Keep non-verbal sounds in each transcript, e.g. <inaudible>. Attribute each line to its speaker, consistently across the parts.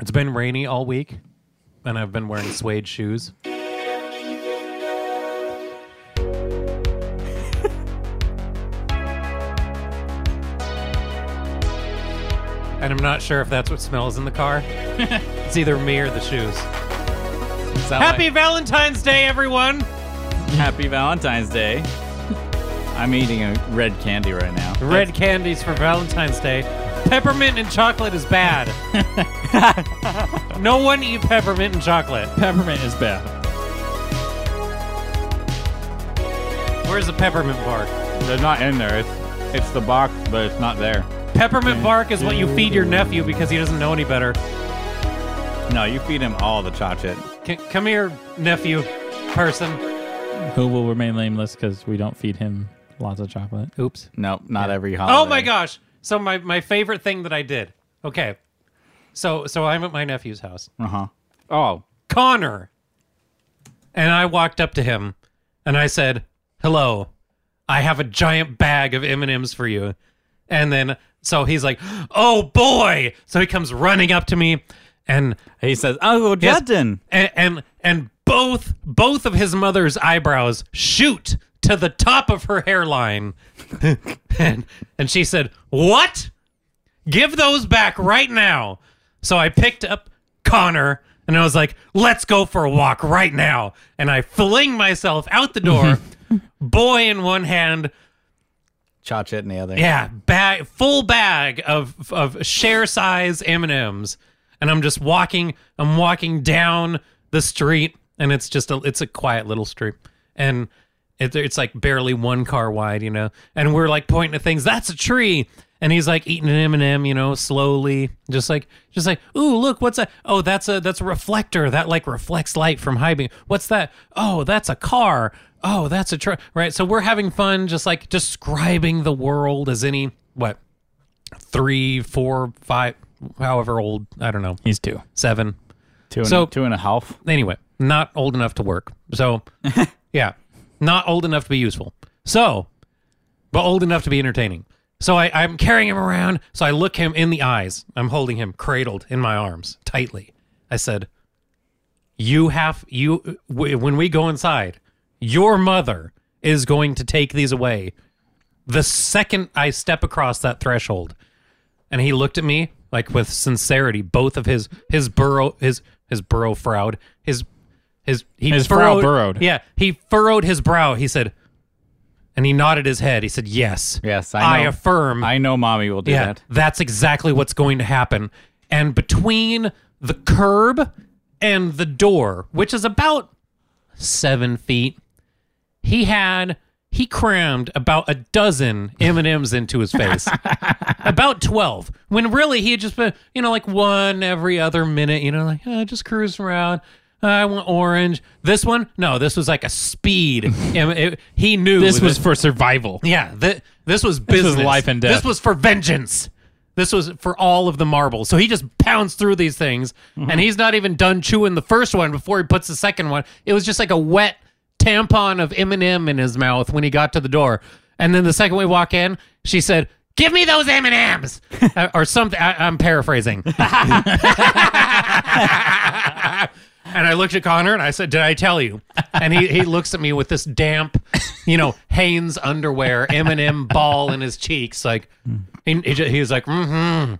Speaker 1: It's been rainy all week, and I've been wearing suede shoes. and I'm not sure if that's what smells in the car. it's either me or the shoes. Happy Valentine's Day, everyone!
Speaker 2: Happy Valentine's Day. <laughs> I'm eating a red candy right now.
Speaker 1: Red candies for Valentine's Day. Peppermint and chocolate is bad. <laughs> no one eat peppermint and chocolate.
Speaker 2: peppermint is bad.
Speaker 1: Where's the peppermint bark?
Speaker 2: They're not in there. It's, it's the box, but it's not there.
Speaker 1: Peppermint bark is what you feed your nephew because he doesn't know any better.
Speaker 2: No, you feed him all the chocolate.
Speaker 1: C- come here, nephew, person.
Speaker 3: Who will remain nameless because we don't feed him lots of chocolate.
Speaker 1: Oops.
Speaker 2: Nope, not every holiday.
Speaker 1: Oh my gosh. So my, my favorite thing that I did. Okay. So so I'm at my nephew's house.
Speaker 2: Uh huh. Oh,
Speaker 1: Connor. And I walked up to him and I said, "Hello. I have a giant bag of M&Ms for you." And then so he's like, "Oh boy." So he comes running up to me and
Speaker 2: he says, "Oh,
Speaker 1: Yes.
Speaker 2: Justin."
Speaker 1: and and, and both both of his mother's eyebrows shoot to the top of her hairline. <laughs> and and she said, "What? Give those back right now." So I picked up Connor and I was like, "Let's go for a walk right now." And I fling myself out the door, boy in one hand,
Speaker 2: Chocolate in the other.
Speaker 1: yeah, bag, full bag of of share size M and M's, and I'm just walking. I'm walking down the street, and it's just a it's a quiet little street, and it, it's like barely one car wide, you know. And we're like pointing at things. That's a tree. And he's like eating an M and M, you know, slowly, just like, just like, ooh, look, what's that? Oh, that's a that's a reflector that like reflects light from high beam. What's that? Oh, that's a car. Oh, that's a truck, right? So we're having fun, just like describing the world as any what three, four, five, however old I don't know,
Speaker 3: He's two.
Speaker 1: seven.
Speaker 2: Two and,
Speaker 1: So-
Speaker 2: two and a half.
Speaker 1: Anyway, not old enough to work.
Speaker 3: <laughs>
Speaker 1: So yeah, not old enough to be useful. So, but old enough to be entertaining. So I, I'm carrying him around. So I look him in the eyes. I'm holding him cradled in my arms tightly. I said, "You have you w- when we go inside, your mother is going to take these away the second I step across that threshold." And he looked at me like with sincerity. Both of his his burrow his his burrow frowed his his he
Speaker 3: His brow burrowed.
Speaker 1: Yeah, he furrowed his brow. He said, and he nodded his head. He said, "Yes,
Speaker 2: Yes, I know.
Speaker 1: affirm.
Speaker 2: I know, mommy will do
Speaker 1: Mm. yeah,
Speaker 2: that.
Speaker 1: that's exactly what's going to happen." And between the curb and the door, which is about seven feet, he had he crammed about a dozen M and M's into his
Speaker 2: <laughs>
Speaker 1: face, about twelve. When really he had just been, you know, like one every other minute. You know, like oh, just cruise around. I want orange. This one, no, this was like a speed. M- it- he knew
Speaker 3: This
Speaker 1: that-
Speaker 3: was for survival.
Speaker 1: yeah, th- this was
Speaker 3: was
Speaker 1: business.
Speaker 3: life and death.
Speaker 1: This was for vengeance. This was for all of the marbles. So he just pounds through these things,
Speaker 3: Mm-hmm.
Speaker 1: and he's not even done chewing the first one before he puts the second one. It was just like a wet tampon of M&M in his mouth when he got to the door. And then the second we walk in, she said, "Give me those M&Ms," Uh, <laughs> or something. I- I'm paraphrasing. And I looked at Connor and I said, Did I tell you? And he, he looks at me with this damp, you know, Hanes underwear, M&M ball in his cheeks. Like, he, he, ju- he was like, mm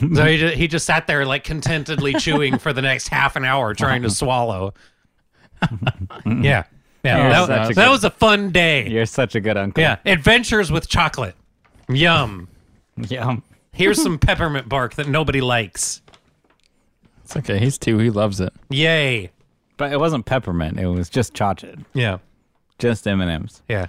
Speaker 1: hmm. So he just, he just sat there, like, contentedly chewing for the next half an hour trying to swallow. yeah. Yeah.
Speaker 2: Yes,
Speaker 1: that
Speaker 2: that's a
Speaker 1: that
Speaker 2: good-
Speaker 1: was a fun day.
Speaker 2: You're such a good uncle.
Speaker 1: yeah. Adventures with chocolate. Yum.
Speaker 2: <laughs> Yum.
Speaker 1: Here's some peppermint bark that nobody likes.
Speaker 3: It's okay. He's two. He loves it.
Speaker 1: Yay.
Speaker 2: But it wasn't peppermint. It was just chocolate.
Speaker 1: Yeah.
Speaker 2: Just M and M's.
Speaker 1: Yeah,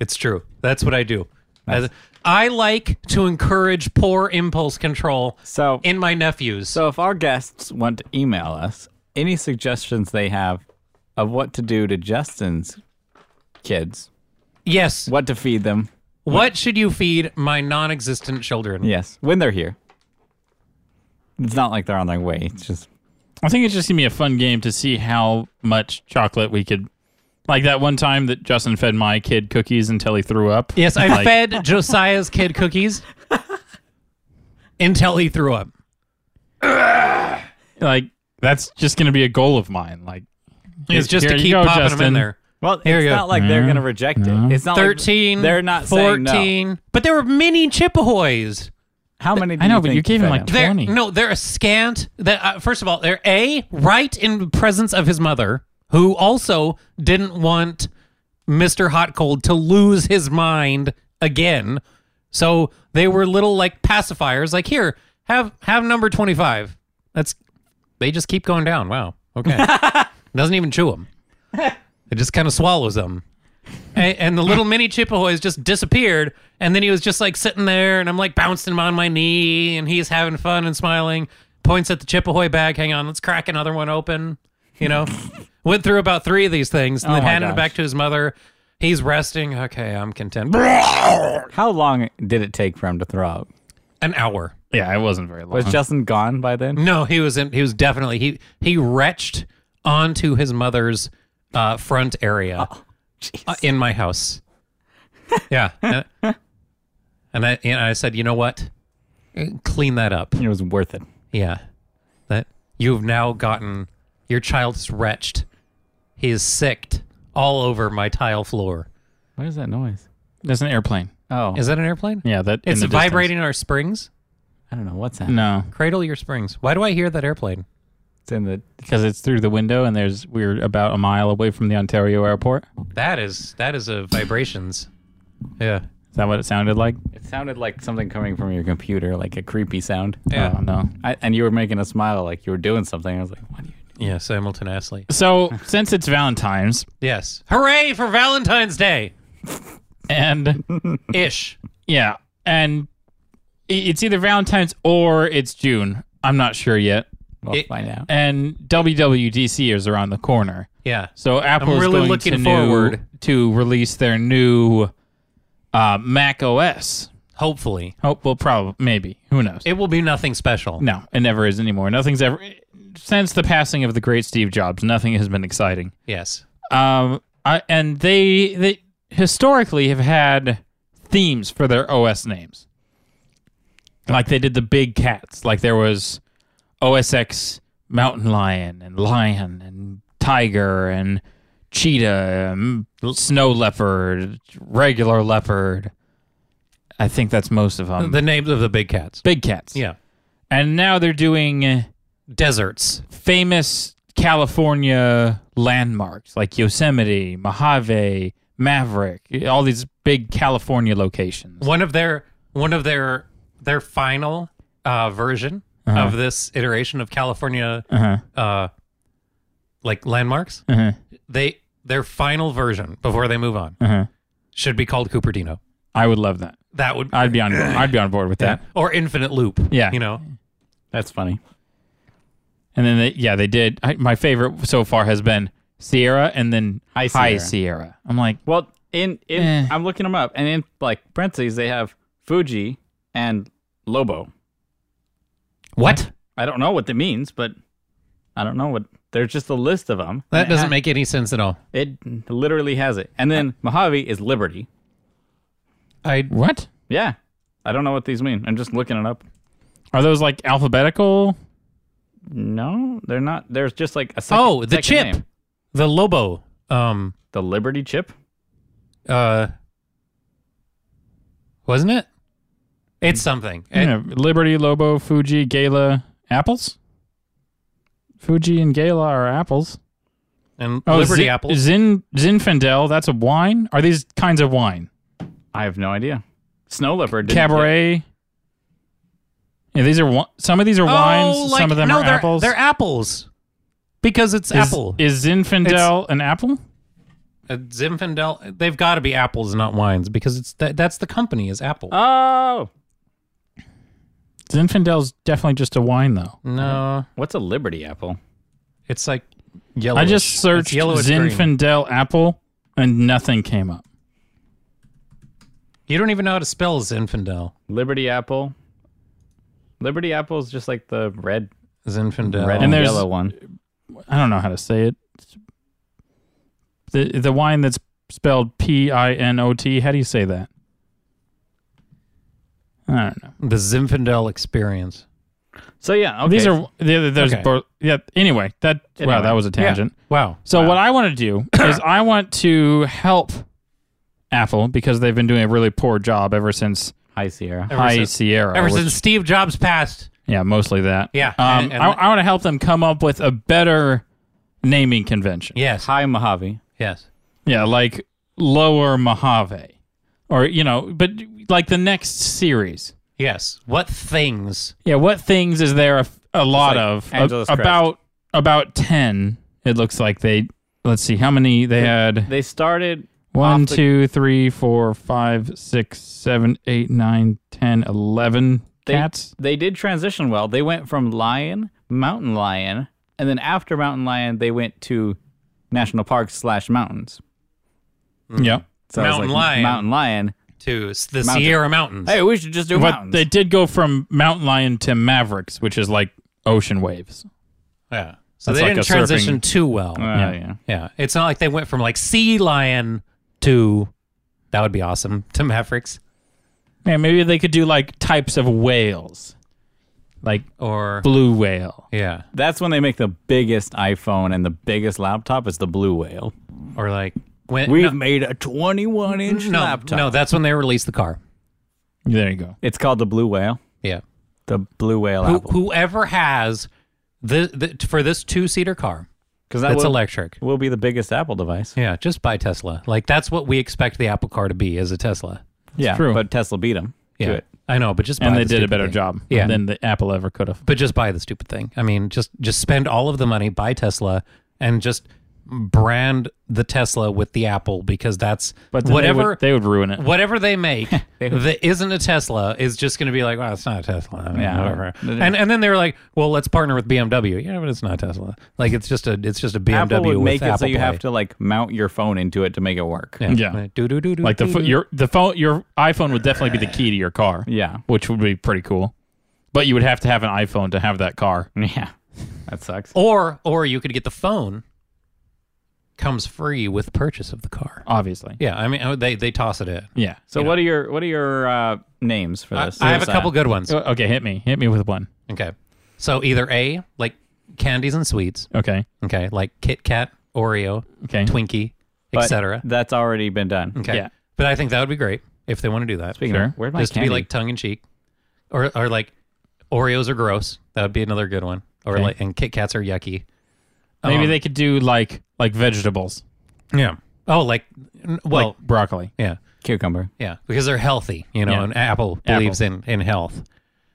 Speaker 1: it's true. That's what I do. As- I like to encourage poor impulse control
Speaker 2: So
Speaker 1: in my nephews.
Speaker 2: So, if our guests want to email us any suggestions they have of what to do to Justin's kids,
Speaker 1: yes. What,
Speaker 2: what to feed them,
Speaker 1: should you feed my non-existent children?
Speaker 2: yes, when they're here. It's not like they're on their way. It's just
Speaker 3: I think it's just gonna be a fun game to see how much chocolate we could. Like that one time that Justin fed my kid cookies until he threw up.
Speaker 1: Yes,
Speaker 2: <laughs>
Speaker 1: I
Speaker 3: Like-
Speaker 1: fed Josiah's kid cookies until he threw up.
Speaker 3: like that's just going to be a goal of mine. Like
Speaker 1: It's just
Speaker 3: here
Speaker 1: to
Speaker 3: you
Speaker 1: keep
Speaker 3: go,
Speaker 1: popping them in
Speaker 3: Justin.
Speaker 1: there.
Speaker 2: Well,
Speaker 1: Here
Speaker 2: it's
Speaker 1: you go.
Speaker 2: not like they're
Speaker 3: Yeah.
Speaker 2: going to reject
Speaker 3: No.
Speaker 2: it. It's not like-
Speaker 1: 13
Speaker 2: they're not saying no.
Speaker 1: 14 but there were many chippehoys
Speaker 2: How many? Do
Speaker 3: I know,
Speaker 2: you
Speaker 3: but you
Speaker 2: think
Speaker 3: gave him,
Speaker 2: fed
Speaker 3: like,
Speaker 1: they're,
Speaker 3: 20.
Speaker 1: no they're a scant that uh, first of all they're a right in the presence of his mother who also didn't want mr hot cold to lose his mind again so they were little like pacifiers like here have have number 25 that's they just keep going down wow okay doesn't even chew
Speaker 2: <laughs>
Speaker 1: them it just kind of swallows them and, and the little mini Chippehoys just disappeared. And then he was just like sitting there, and I'm like bouncing him on my knee, and he's having fun and smiling. Points at the Chippehoy bag. Hang on, let's crack another one open. You
Speaker 2: <laughs>
Speaker 1: know, went through about three of these things, and
Speaker 2: Oh
Speaker 1: then
Speaker 2: my
Speaker 1: handed it
Speaker 2: gosh.
Speaker 1: back to his mother. He's resting. Okay, I'm content.
Speaker 2: How long did it take for him to throw up?
Speaker 1: An hour.
Speaker 3: Yeah, it wasn't very long.
Speaker 2: Was Justin gone by then?
Speaker 1: No, he was in. He was definitely he he retched onto his mother's uh, front area
Speaker 3: Oh,
Speaker 1: uh, in my house.
Speaker 3: <laughs>
Speaker 1: Yeah, and, and I and I said, you know what, Uh, clean that up.
Speaker 2: It was worth it.
Speaker 1: Yeah, that you've now gotten your child is retched. He is sicked all over my tile floor.
Speaker 2: What is that noise?
Speaker 3: There's an airplane.
Speaker 2: Oh,
Speaker 1: Is that an airplane?
Speaker 3: Yeah, that in
Speaker 1: It's
Speaker 3: the distance.
Speaker 1: vibrating our springs.
Speaker 2: I don't know what's that.
Speaker 3: No,
Speaker 1: Cradle your springs. Why do I hear that airplane?
Speaker 2: It's in the.
Speaker 3: because it's through the window, and there's we're about a mile away from the Ontario airport.
Speaker 1: That is that is a vibrations. Yeah.
Speaker 3: Is that what it sounded like?
Speaker 2: It sounded like something coming from your computer, like a creepy sound.
Speaker 1: Yeah.
Speaker 3: Oh, no.
Speaker 2: I, and you were making a smile, like you were doing something. I was like, what are you?
Speaker 1: Yeah, simultaneously.
Speaker 3: So since it's Valentine's
Speaker 1: Yes. Hooray for Valentine's Day.
Speaker 3: and <laughs>
Speaker 1: Ish.
Speaker 3: yeah, and i- it's either Valentine's or it's June. I'm not sure yet.
Speaker 2: We'll
Speaker 1: It- uh,
Speaker 2: find out.
Speaker 3: And WWDC is around the corner.
Speaker 1: Yeah.
Speaker 3: So Apple is
Speaker 1: really
Speaker 3: going
Speaker 1: looking
Speaker 3: to new-
Speaker 1: forward.
Speaker 3: to release their new uh, Mac OS.
Speaker 1: Hopefully.
Speaker 3: Oh, well, probably, maybe. Who knows?
Speaker 1: It will be nothing special.
Speaker 3: no, it never is anymore. Nothing's ever since the passing of the great Steve Jobs. Nothing has been exciting.
Speaker 1: Yes.
Speaker 3: Um, I, and they they historically have had themes for their OS names. Like they did the big cats. Like there was OSX Mountain Lion and Lion and Tiger and Cheetah, um, Snow Leopard, Regular Leopard. I think that's most of them.
Speaker 1: the names of the big cats.
Speaker 3: big cats.
Speaker 1: Yeah.
Speaker 3: And now they're doing
Speaker 1: Deserts.
Speaker 3: famous California landmarks like Yosemite, Mojave, Maverick, all these big California locations.
Speaker 1: One of their one of their their final uh version
Speaker 3: Uh-huh.
Speaker 1: of this iteration of California uh like landmarks.
Speaker 3: Uh-huh.
Speaker 1: They their final version before they move on
Speaker 3: Uh-huh.
Speaker 1: should be called Cupertino.
Speaker 3: I would love that.
Speaker 1: That would
Speaker 3: I'd be on. I'd be on board with that.
Speaker 1: or Infinite Loop.
Speaker 3: Yeah.
Speaker 1: You know.
Speaker 2: That's funny.
Speaker 3: And then they, yeah, they did. I, my favorite so far has been Sierra and then
Speaker 2: High
Speaker 3: High
Speaker 2: Sierra.
Speaker 3: Sierra. I'm like,
Speaker 2: Well, in, in
Speaker 3: Eh.
Speaker 2: I'm looking them up, and in like parentheses, they have Fuji and Lobo.
Speaker 1: What?
Speaker 2: I don't know what that means, but I don't know what. There's just a list of them.
Speaker 1: That doesn't make any sense at all.
Speaker 2: It literally has it. And then Mojave is Liberty.
Speaker 1: I
Speaker 3: what?
Speaker 2: Yeah. I don't know what these mean. I'm just looking it up.
Speaker 3: Are those like alphabetical?
Speaker 2: No, they're not. There's just like a second.
Speaker 1: Oh, the
Speaker 2: second
Speaker 1: chip.
Speaker 2: name.
Speaker 1: The Lobo. Um
Speaker 2: The Liberty chip?
Speaker 1: uh wasn't it? It's something.
Speaker 3: You know, Liberty, Lobo, Fuji, Gala, apples. Fuji and Gala are apples. Oh,
Speaker 1: And Liberty
Speaker 3: Zin-
Speaker 1: Apples.
Speaker 3: Zin Zinfandel, that's a wine. Are these kinds of wine?
Speaker 2: I have no idea. Snow leopard. didn't
Speaker 3: Cabaret. Yeah, these are wi- some of these are wines. some of them
Speaker 1: Oh, no,
Speaker 3: are
Speaker 1: they're,
Speaker 3: apples.
Speaker 1: They're apples. Because it's
Speaker 3: is,
Speaker 1: apple.
Speaker 3: Is Zinfandel an apple?
Speaker 1: Uh, Zinfandel, they've got to be apples, not wines, because it's that, that's the company is Apple.
Speaker 2: get- Oh,
Speaker 3: Zinfandel's definitely just a wine though.
Speaker 1: no,
Speaker 2: what's a Liberty apple?
Speaker 1: it's like yellow.
Speaker 3: I just searched Zinfandel apple and nothing came up.
Speaker 1: You don't even know how to spell Zinfandel.
Speaker 2: Liberty apple. Liberty apple is just like the red,
Speaker 1: Zinfandel.
Speaker 2: red and,
Speaker 3: And there's-
Speaker 2: yellow one.
Speaker 3: I don't know how to say it. The the wine that's spelled P I N O T. How do you say that? I don't know.
Speaker 1: the Zinfandel experience.
Speaker 2: So yeah, okay.
Speaker 3: These are the, there's
Speaker 1: Okay.
Speaker 3: both. Yeah. Anyway, that wow,
Speaker 2: Anyway.
Speaker 3: that was a tangent.
Speaker 1: Wow.
Speaker 3: So what I want to do <coughs> is I want to help Apple because they've been doing a really poor job ever since
Speaker 2: High Sierra.
Speaker 1: Ever
Speaker 3: High
Speaker 1: since-
Speaker 3: Sierra.
Speaker 1: Ever
Speaker 3: which-
Speaker 1: since Steve Jobs passed,
Speaker 3: yeah, mostly that.
Speaker 1: Yeah,
Speaker 3: Um,
Speaker 1: and- and-
Speaker 3: I, I want to help them come up with a better naming convention.
Speaker 1: yes,
Speaker 2: High Mojave.
Speaker 1: yes,
Speaker 3: Yeah, like Lower Mojave, or you know, but like the next series.
Speaker 1: yes. What things?
Speaker 3: Yeah, what things is there a, a lot
Speaker 2: like
Speaker 3: of? A-
Speaker 2: Angeles Crest.
Speaker 3: about about ten. It looks like they. Let's see how many they had.
Speaker 2: They started
Speaker 3: One,
Speaker 2: off the-
Speaker 3: two, three, four, five, six, seven, eight, nine, ten, eleven
Speaker 2: They-
Speaker 3: cats.
Speaker 2: They did transition well. They went from lion, mountain lion, and then after mountain lion, they went to national parks slash mountains.
Speaker 3: Yeah,
Speaker 2: So I was
Speaker 1: Mountain
Speaker 2: like,
Speaker 1: lion.
Speaker 2: Mountain lion.
Speaker 1: To s- the
Speaker 2: Mountain.
Speaker 1: Sierra Mountains.
Speaker 2: Hey, we should just do
Speaker 3: but
Speaker 2: mountains.
Speaker 3: they did go from mountain lion to mavericks, which is like ocean waves.
Speaker 1: yeah. So
Speaker 3: That's
Speaker 1: they
Speaker 3: like
Speaker 1: didn't
Speaker 3: a surfing-
Speaker 1: transition too well.
Speaker 2: Oh, yeah. yeah.
Speaker 1: yeah, it's not like they went from like sea lion to that would be awesome to Mavericks
Speaker 3: Man, maybe they could do like types of whales, like
Speaker 1: or
Speaker 3: blue whale.
Speaker 1: yeah
Speaker 2: That's when they make the biggest iPhone and the biggest laptop is the blue whale.
Speaker 1: or like when
Speaker 2: We've
Speaker 1: no,
Speaker 2: made a 21 inch
Speaker 1: no,
Speaker 2: laptop.
Speaker 1: no, that's when they released the car.
Speaker 3: There you go.
Speaker 2: It's called the blue whale.
Speaker 1: Yeah.
Speaker 2: The blue whale
Speaker 1: Who,
Speaker 2: apple.
Speaker 1: whoever has the, the for this two seater car
Speaker 2: Because
Speaker 1: that's
Speaker 2: that will,
Speaker 1: electric.
Speaker 2: will be the biggest Apple device.
Speaker 1: Yeah, just buy Tesla. Like that's what we expect the Apple car to be is a Tesla.
Speaker 2: yeah,
Speaker 3: true.
Speaker 2: But Tesla beat them
Speaker 1: Yeah,
Speaker 2: to it.
Speaker 1: I know, but just buy
Speaker 3: And they
Speaker 1: the
Speaker 3: did a
Speaker 1: stupid
Speaker 3: better
Speaker 1: thing.
Speaker 3: job
Speaker 1: Yeah.
Speaker 3: than the Apple ever could have.
Speaker 1: But just buy the stupid thing. I mean, just just spend all of the money, buy Tesla, and just brand the Tesla with the Apple because that's
Speaker 3: But then they
Speaker 1: whatever
Speaker 3: would, they would ruin it.
Speaker 1: whatever they
Speaker 3: <laughs>
Speaker 1: make that isn't a Tesla is just going to be like, well, it's not a Tesla. I mean,
Speaker 2: Yeah.
Speaker 1: whatever. And and then they were like, well, let's partner with BMW. Yeah, but it's not a Tesla. Like it's just a it's just a BMW
Speaker 2: Apple would
Speaker 1: with
Speaker 2: make it
Speaker 1: Apple
Speaker 2: so you
Speaker 1: Play.
Speaker 2: have to like mount your phone into it to make it work. <laughs>
Speaker 3: Yeah.
Speaker 1: Do do do do.
Speaker 3: Like the pho- your the phone your iPhone would definitely be the key to your car.
Speaker 2: Yeah.
Speaker 3: which would be pretty cool. But you would have to have an iPhone to have that car.
Speaker 2: Yeah. That sucks.
Speaker 1: or or you could get the phone. Comes free with purchase of the car.
Speaker 3: Obviously.
Speaker 1: Yeah, I mean oh, they they toss it in.
Speaker 3: Yeah.
Speaker 2: So what are your what are your uh, names for
Speaker 1: I,
Speaker 2: this?
Speaker 1: I have a
Speaker 2: This, uh,
Speaker 1: couple good ones.
Speaker 3: So- Oh, okay, hit me. Hit me with one.
Speaker 1: Okay, so either A like candies and sweets.
Speaker 3: Okay.
Speaker 1: Okay, like Kit Kat, Oreo,
Speaker 3: Okay.
Speaker 1: Twinkie,
Speaker 2: but
Speaker 1: etc.
Speaker 2: That's already been done.
Speaker 1: Okay,
Speaker 3: yeah.
Speaker 1: but I think that would be great if they want to do that.
Speaker 2: Speaking
Speaker 3: Sure.
Speaker 2: of, where'd my
Speaker 1: just to
Speaker 2: candy?
Speaker 1: be like tongue in cheek, or or like Oreos are gross. That would be another good one. Or
Speaker 3: Okay.
Speaker 1: like and Kit Kats are yucky.
Speaker 3: Maybe
Speaker 1: Um,
Speaker 3: they could do like like vegetables,
Speaker 1: yeah. Oh, like n- well,
Speaker 3: like broccoli.
Speaker 1: yeah,
Speaker 2: cucumber.
Speaker 1: yeah, because they're healthy, you know.
Speaker 3: Yeah.
Speaker 1: And Apple
Speaker 3: Apple.
Speaker 1: believes in in health.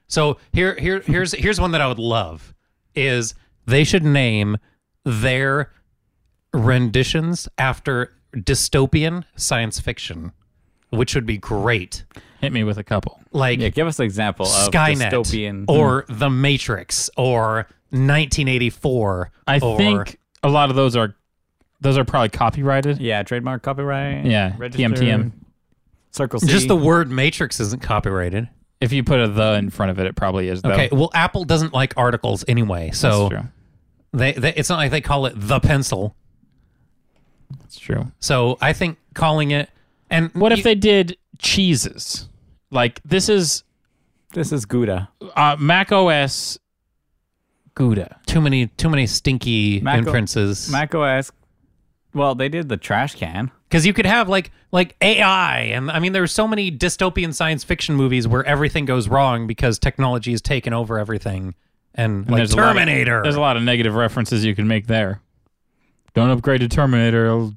Speaker 1: So here here here's here's one that I would love is they should name their renditions after dystopian science fiction, which would be great.
Speaker 3: Hit me with a couple.
Speaker 1: Like
Speaker 2: Yeah, give us an example of
Speaker 1: Skynet
Speaker 2: dystopian.
Speaker 1: or The Matrix or 1984.
Speaker 3: I
Speaker 1: or,
Speaker 3: think a lot of those are those are probably copyrighted.
Speaker 2: yeah, trademark copyright.
Speaker 3: Yeah,
Speaker 2: register,
Speaker 3: TMTM.
Speaker 2: Circle C.
Speaker 1: just the word Matrix isn't copyrighted.
Speaker 3: If you put a the in front of it, it probably is though.
Speaker 1: Okay, well Apple doesn't like articles anyway,
Speaker 3: Oh. That's
Speaker 1: so
Speaker 3: true.
Speaker 1: they, they it's not like they call it the pencil.
Speaker 3: That's true.
Speaker 1: So I think calling it and
Speaker 3: What if
Speaker 1: you-
Speaker 3: they did cheeses? Like this is
Speaker 2: this is Gouda.
Speaker 3: uh, Mac OS Gouda.
Speaker 1: too many too many stinky
Speaker 2: Mac O-
Speaker 1: inferences?
Speaker 2: Mac OS. Well, they did the trash can.
Speaker 1: Because you could have like like AI, and I mean there are so many dystopian science fiction movies where everything goes wrong because technology has taken over everything, and, like
Speaker 3: there's a lot of-
Speaker 1: Terminator.
Speaker 3: There's a lot of negative references you can make there. Don't upgrade to Terminator; it'll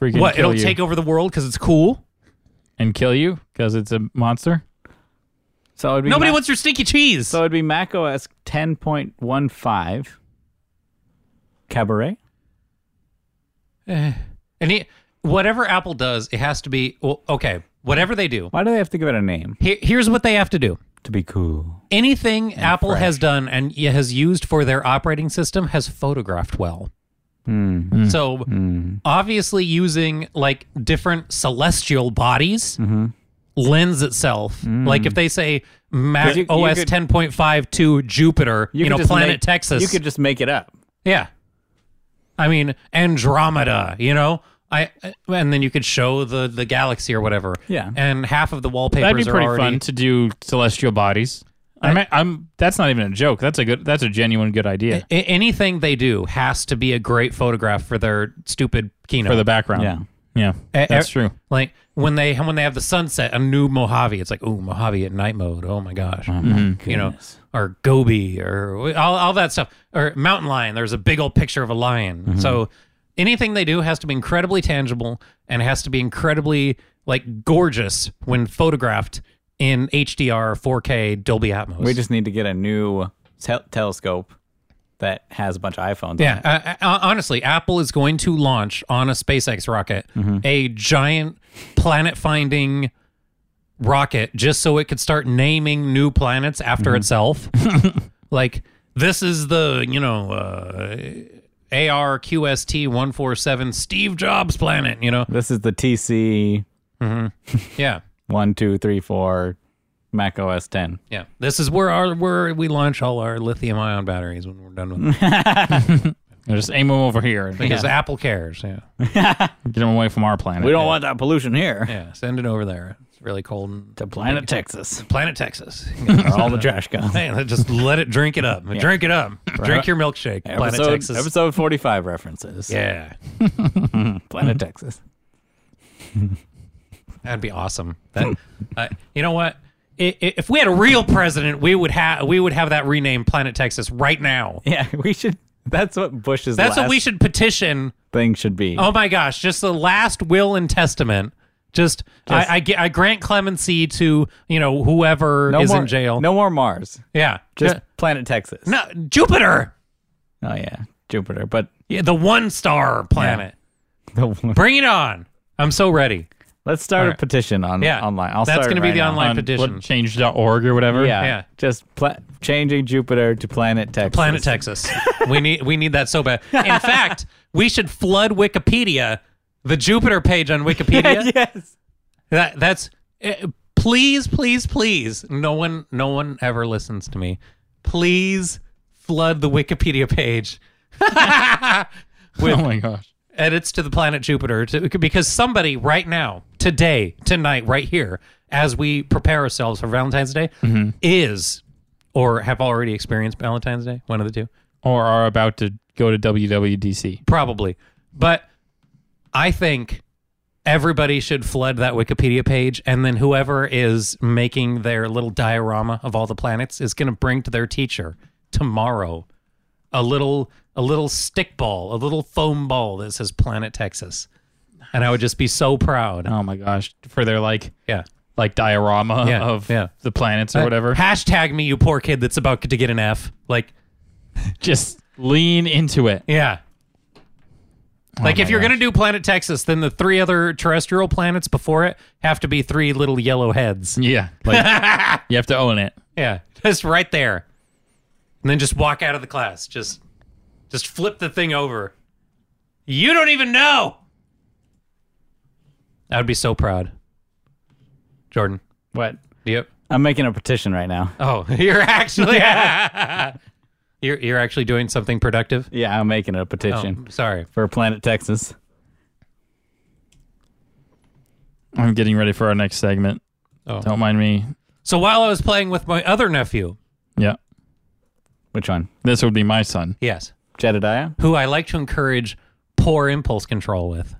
Speaker 3: freaking
Speaker 1: what
Speaker 3: kill
Speaker 1: it'll
Speaker 3: you
Speaker 1: take over the world because it's cool.
Speaker 3: and kill you because it's a monster.
Speaker 2: So it'd be
Speaker 1: Nobody
Speaker 2: Mac-
Speaker 1: wants your stinky cheese.
Speaker 2: So it'd be Mac OS 10.15 Cabaret.
Speaker 1: and he, whatever Apple does, it has to be well, okay. Whatever they do,
Speaker 2: Why do they have to give it a name?
Speaker 1: here, here's what they have to do.
Speaker 2: To be cool.
Speaker 1: Anything Apple has done and y- has used for their operating system has photographed well.
Speaker 2: Mm-hmm.
Speaker 1: So obviously, using like different celestial bodies
Speaker 2: Mm-hmm.
Speaker 1: lends itself. Like if they say Mac
Speaker 2: 'Cause Mm. you- you
Speaker 1: OS
Speaker 2: could-
Speaker 1: 10.5 to Jupiter, you,
Speaker 2: could
Speaker 1: know,
Speaker 2: just
Speaker 1: planet
Speaker 2: make-
Speaker 1: Texas.
Speaker 2: You could just make it up.
Speaker 1: Yeah. I mean Andromeda, you know? I and then you could show the the galaxy or whatever.
Speaker 2: Yeah.
Speaker 1: And half of the wallpapers
Speaker 3: That'd be
Speaker 1: are
Speaker 3: pretty
Speaker 1: already
Speaker 3: fun to do celestial bodies. I, mean, I'm. That's not even a joke. That's a good. That's a genuine good idea
Speaker 1: A- anything they do has to be a great photograph for their stupid keynote.
Speaker 3: for the background.
Speaker 2: Yeah.
Speaker 3: yeah,
Speaker 1: Eh,
Speaker 3: that's
Speaker 1: eh,
Speaker 3: true.
Speaker 1: like when they when they have the sunset, a new Mojave. It's like, oh, Mojave at night mode. Oh my gosh,
Speaker 2: Hmm. Mm.
Speaker 1: you know, or Gobi, or all, all that stuff, or mountain lion. There's a big old picture of a lion. So anything they do has to be incredibly tangible and has to be incredibly like gorgeous when photographed in HDR, 4K, Dolby Atmos.
Speaker 2: We just need to get a new tel- telescope that has a bunch of iPhones. on it.
Speaker 1: Yeah, uh, uh, honestly, Apple is going to launch on a SpaceX rocket a giant planet-finding rocket just so it could start naming new planets after itself. like this is the you know uh, ARQST one four seven Steve Jobs planet. You know,
Speaker 2: This is the TC
Speaker 1: yeah,
Speaker 2: one two three four Mac OS ten.
Speaker 1: yeah. This is where our where we launch all our lithium-ion batteries when we're done with them
Speaker 3: Just aim them over here. and
Speaker 1: because Apple cares. Yeah,
Speaker 3: Get them away from our planet.
Speaker 2: We don't want that pollution here.
Speaker 1: yeah. Send it over there. It's really cold. And-
Speaker 2: To planet Texas,
Speaker 1: Planet Texas.
Speaker 2: where all the <laughs> trash goes.
Speaker 1: Man, just let it drink it up. Drink it up. Drink your milkshake. Planet
Speaker 2: episode,
Speaker 1: Texas.
Speaker 2: episode forty five references.
Speaker 1: Yeah.
Speaker 2: <laughs>
Speaker 1: Mm-hmm.
Speaker 2: Planet Texas.
Speaker 1: That'd be awesome.
Speaker 2: Hmm.
Speaker 1: That, uh, you know what? I- i- If we had a real president, we would have we would have that renamed Planet Texas right now.
Speaker 2: Yeah, <laughs> we should. That's what Bush's
Speaker 1: That's
Speaker 2: last
Speaker 1: what we should petition.
Speaker 2: thing should be.
Speaker 1: Oh my gosh! Just the last will and testament. Just, I, I, gi- I grant clemency to you know whoever is
Speaker 2: more,
Speaker 1: in jail.
Speaker 2: No more Mars.
Speaker 1: yeah,
Speaker 2: Just Planet Texas.
Speaker 1: no Jupiter,
Speaker 2: Oh yeah, Jupiter. But <laughs>
Speaker 1: yeah, the one star planet. Bring it on! I'm so ready.
Speaker 2: let's start a
Speaker 1: right.
Speaker 2: petition on
Speaker 1: Yeah.
Speaker 2: online. I'll
Speaker 1: That's
Speaker 2: start
Speaker 1: gonna
Speaker 2: it
Speaker 1: be
Speaker 2: right
Speaker 1: the
Speaker 2: now.
Speaker 1: online
Speaker 3: on
Speaker 1: petition.
Speaker 3: what, change.org or whatever. <laughs>
Speaker 2: Yeah,
Speaker 1: Yeah.
Speaker 2: just pla- changing Jupiter to Planet Texas. <laughs>
Speaker 1: Planet Texas. we need we need that so bad. In fact, we should flood Wikipedia, the Jupiter page on
Speaker 2: <laughs>
Speaker 1: Wikipedia.
Speaker 2: yes.
Speaker 1: That that's eh, please, please, please. No one no one ever listens to me. Please flood the Wikipedia page. <laughs>
Speaker 3: Oh my gosh.
Speaker 1: edits to the planet Jupiter to, because somebody right now, today, tonight, right here, as we prepare ourselves for Valentine's Day, is or have already experienced Valentine's Day, one of the two.
Speaker 3: Or are about to go to WWDC.
Speaker 1: probably. But I think everybody should flood that Wikipedia page, and then whoever is making their little diorama of all the planets is going to bring to their teacher tomorrow a little a little stick ball, a little foam ball that says Planet Texas, and I would just be so proud.
Speaker 3: Oh my gosh. For their like
Speaker 1: Yeah.
Speaker 3: like diorama
Speaker 1: Yeah,
Speaker 3: of
Speaker 1: yeah. Eh,
Speaker 3: the planets or whatever.
Speaker 1: Hashtag me, you poor kid that's about to get an F. Like,
Speaker 3: Just lean into it.
Speaker 1: yeah. Like,
Speaker 3: my
Speaker 1: if you're going to do Planet Texas, then the three other terrestrial planets before it have to be three little yellow heads.
Speaker 3: Yeah. Like
Speaker 1: <laughs>
Speaker 3: you have to own it.
Speaker 1: Yeah, <laughs> just right there, and then just walk out of the class. Just, just flip the thing over. You don't even know. I would be so proud, Jordan.
Speaker 2: What?
Speaker 1: Yep.
Speaker 2: I'm making a petition right now.
Speaker 1: Oh, <laughs> you're actually you're you're actually doing something productive.
Speaker 2: Yeah, I'm making a
Speaker 1: Oh,
Speaker 2: petition
Speaker 1: sorry.
Speaker 2: for Planet Texas.
Speaker 3: I'm getting ready for our next segment.
Speaker 1: Oh.
Speaker 3: Don't mind me.
Speaker 1: So while I was playing with my other nephew,
Speaker 3: Yeah.
Speaker 2: Which one?
Speaker 3: This would be my son.
Speaker 1: yes,
Speaker 2: Jedediah?
Speaker 1: who I like to encourage poor impulse control with.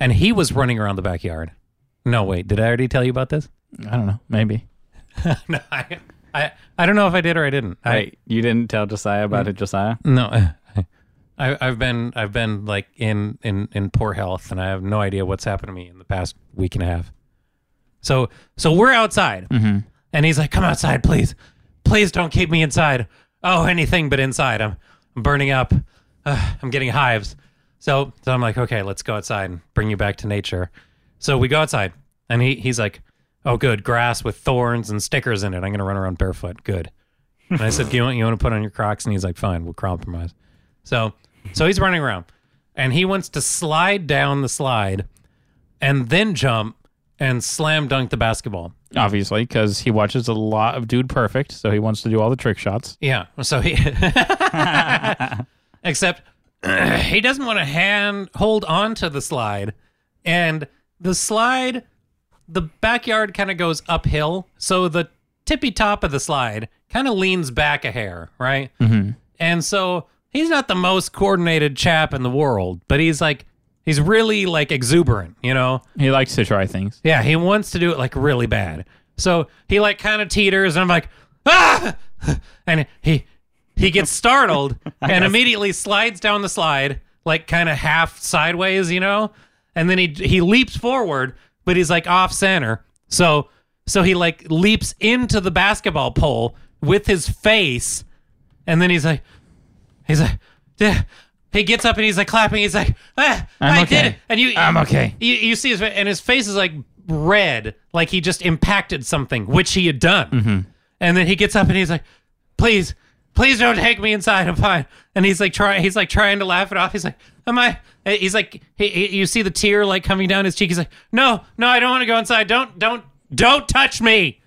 Speaker 1: and he was running around the backyard. No, wait, did I already tell you about this?
Speaker 3: I don't know. Maybe.
Speaker 1: no, I, I, I don't know if I did or I didn't. I Hmm.
Speaker 2: Wait, you didn't tell Josiah about it, Josiah?
Speaker 1: no, I, I've been, I've been like in, in, in poor health, and I have no idea what's happened to me in the past week and a half. So, so we're outside, and he's like, "Come outside, please, please don't keep me inside. Oh, anything but inside. I'm, I'm burning up. Ugh, I'm getting hives." So, so I'm like, "Okay, let's go outside and bring you back to nature." So we go outside, and he, he's like, "Oh, good, grass with thorns and stickers in it. I'm gonna run around barefoot. Good." And I said, "Do you want you want to put on your Crocs?" And he's like, "Fine, we'll compromise." So, so he's running around, and he wants to slide down the slide, and then jump and slam dunk the basketball.
Speaker 3: Obviously, because he watches a lot of Dude Perfect, so he wants to do all the trick shots.
Speaker 1: Yeah. So he, <laughs> except <clears throat> he doesn't want to hand hold on to the slide, and the slide, the backyard kind of goes uphill, so the tippy top of the slide kind of leans back a hair, right? And so he's not the most coordinated chap in the world, but he's like, he's really like exuberant, you know?
Speaker 3: He likes to try things.
Speaker 1: Yeah, he wants to do it like really bad. So he like kind of teeters, and I'm like, ah! <laughs> And he he gets startled and immediately slides down the slide, like kind of half sideways, you know. And then he he leaps forward, but he's like off center. So so he like leaps into the basketball pole with his face, and then he's like, he's like, <laughs> yeah. He gets up and he's like clapping. He's like, ah, I did
Speaker 3: okay.
Speaker 1: it. And you,
Speaker 3: I'm okay.
Speaker 1: you, you see his fa- and his face is like red, like he just impacted something, which he had done.
Speaker 3: Mm-hmm.
Speaker 1: And then he gets up and he's like, "Please, please don't take me inside. I'm fine." And he's like trying, he's like trying to laugh it off. He's like, "Am I?" eh," He's like, he, he- you see the tear like coming down his cheek. He's like, "No, no, I don't want to go inside. Don't, don't, don't touch me."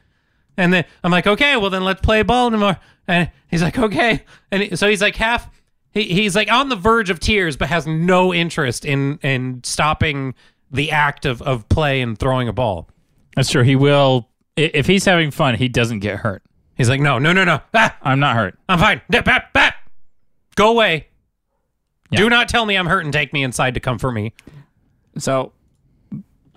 Speaker 1: And then I'm like, okay, well then let's play ball tomorrow. And he's like, okay. And he- so he's like half, he, he's like on the verge of tears, but has no interest in in stopping the act of of play and throwing a ball.
Speaker 3: That's true. He will. i- If he's having fun, he doesn't get hurt.
Speaker 1: He's like, no, no, no, no. Ah,
Speaker 3: I'm not hurt.
Speaker 1: I'm fine. Dip, bap, bap. Go away. Do not tell me I'm hurt and take me inside to comfort me.
Speaker 2: So,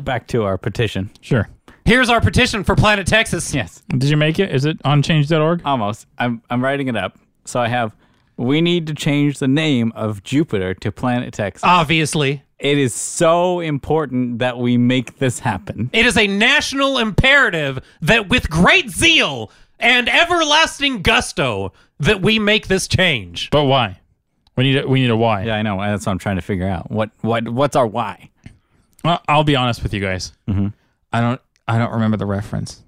Speaker 2: back to our petition.
Speaker 3: Sure.
Speaker 1: Here's our petition for Planet Texas.
Speaker 2: Yes,
Speaker 3: Did you make it? Is it on change.org?
Speaker 2: almost. I'm I'm writing it up. So I have. We need to change the name of Jupiter to Planet Texas.
Speaker 1: Obviously,
Speaker 2: it is so important that we make this happen.
Speaker 1: It is a national imperative that with great zeal and everlasting gusto that we make this change.
Speaker 3: But why? We need a, we need a why.
Speaker 2: Yeah, I know. That's what I'm trying to figure out. What what what's our why?
Speaker 3: Well, I'll be honest with you guys. I don't I don't remember the reference.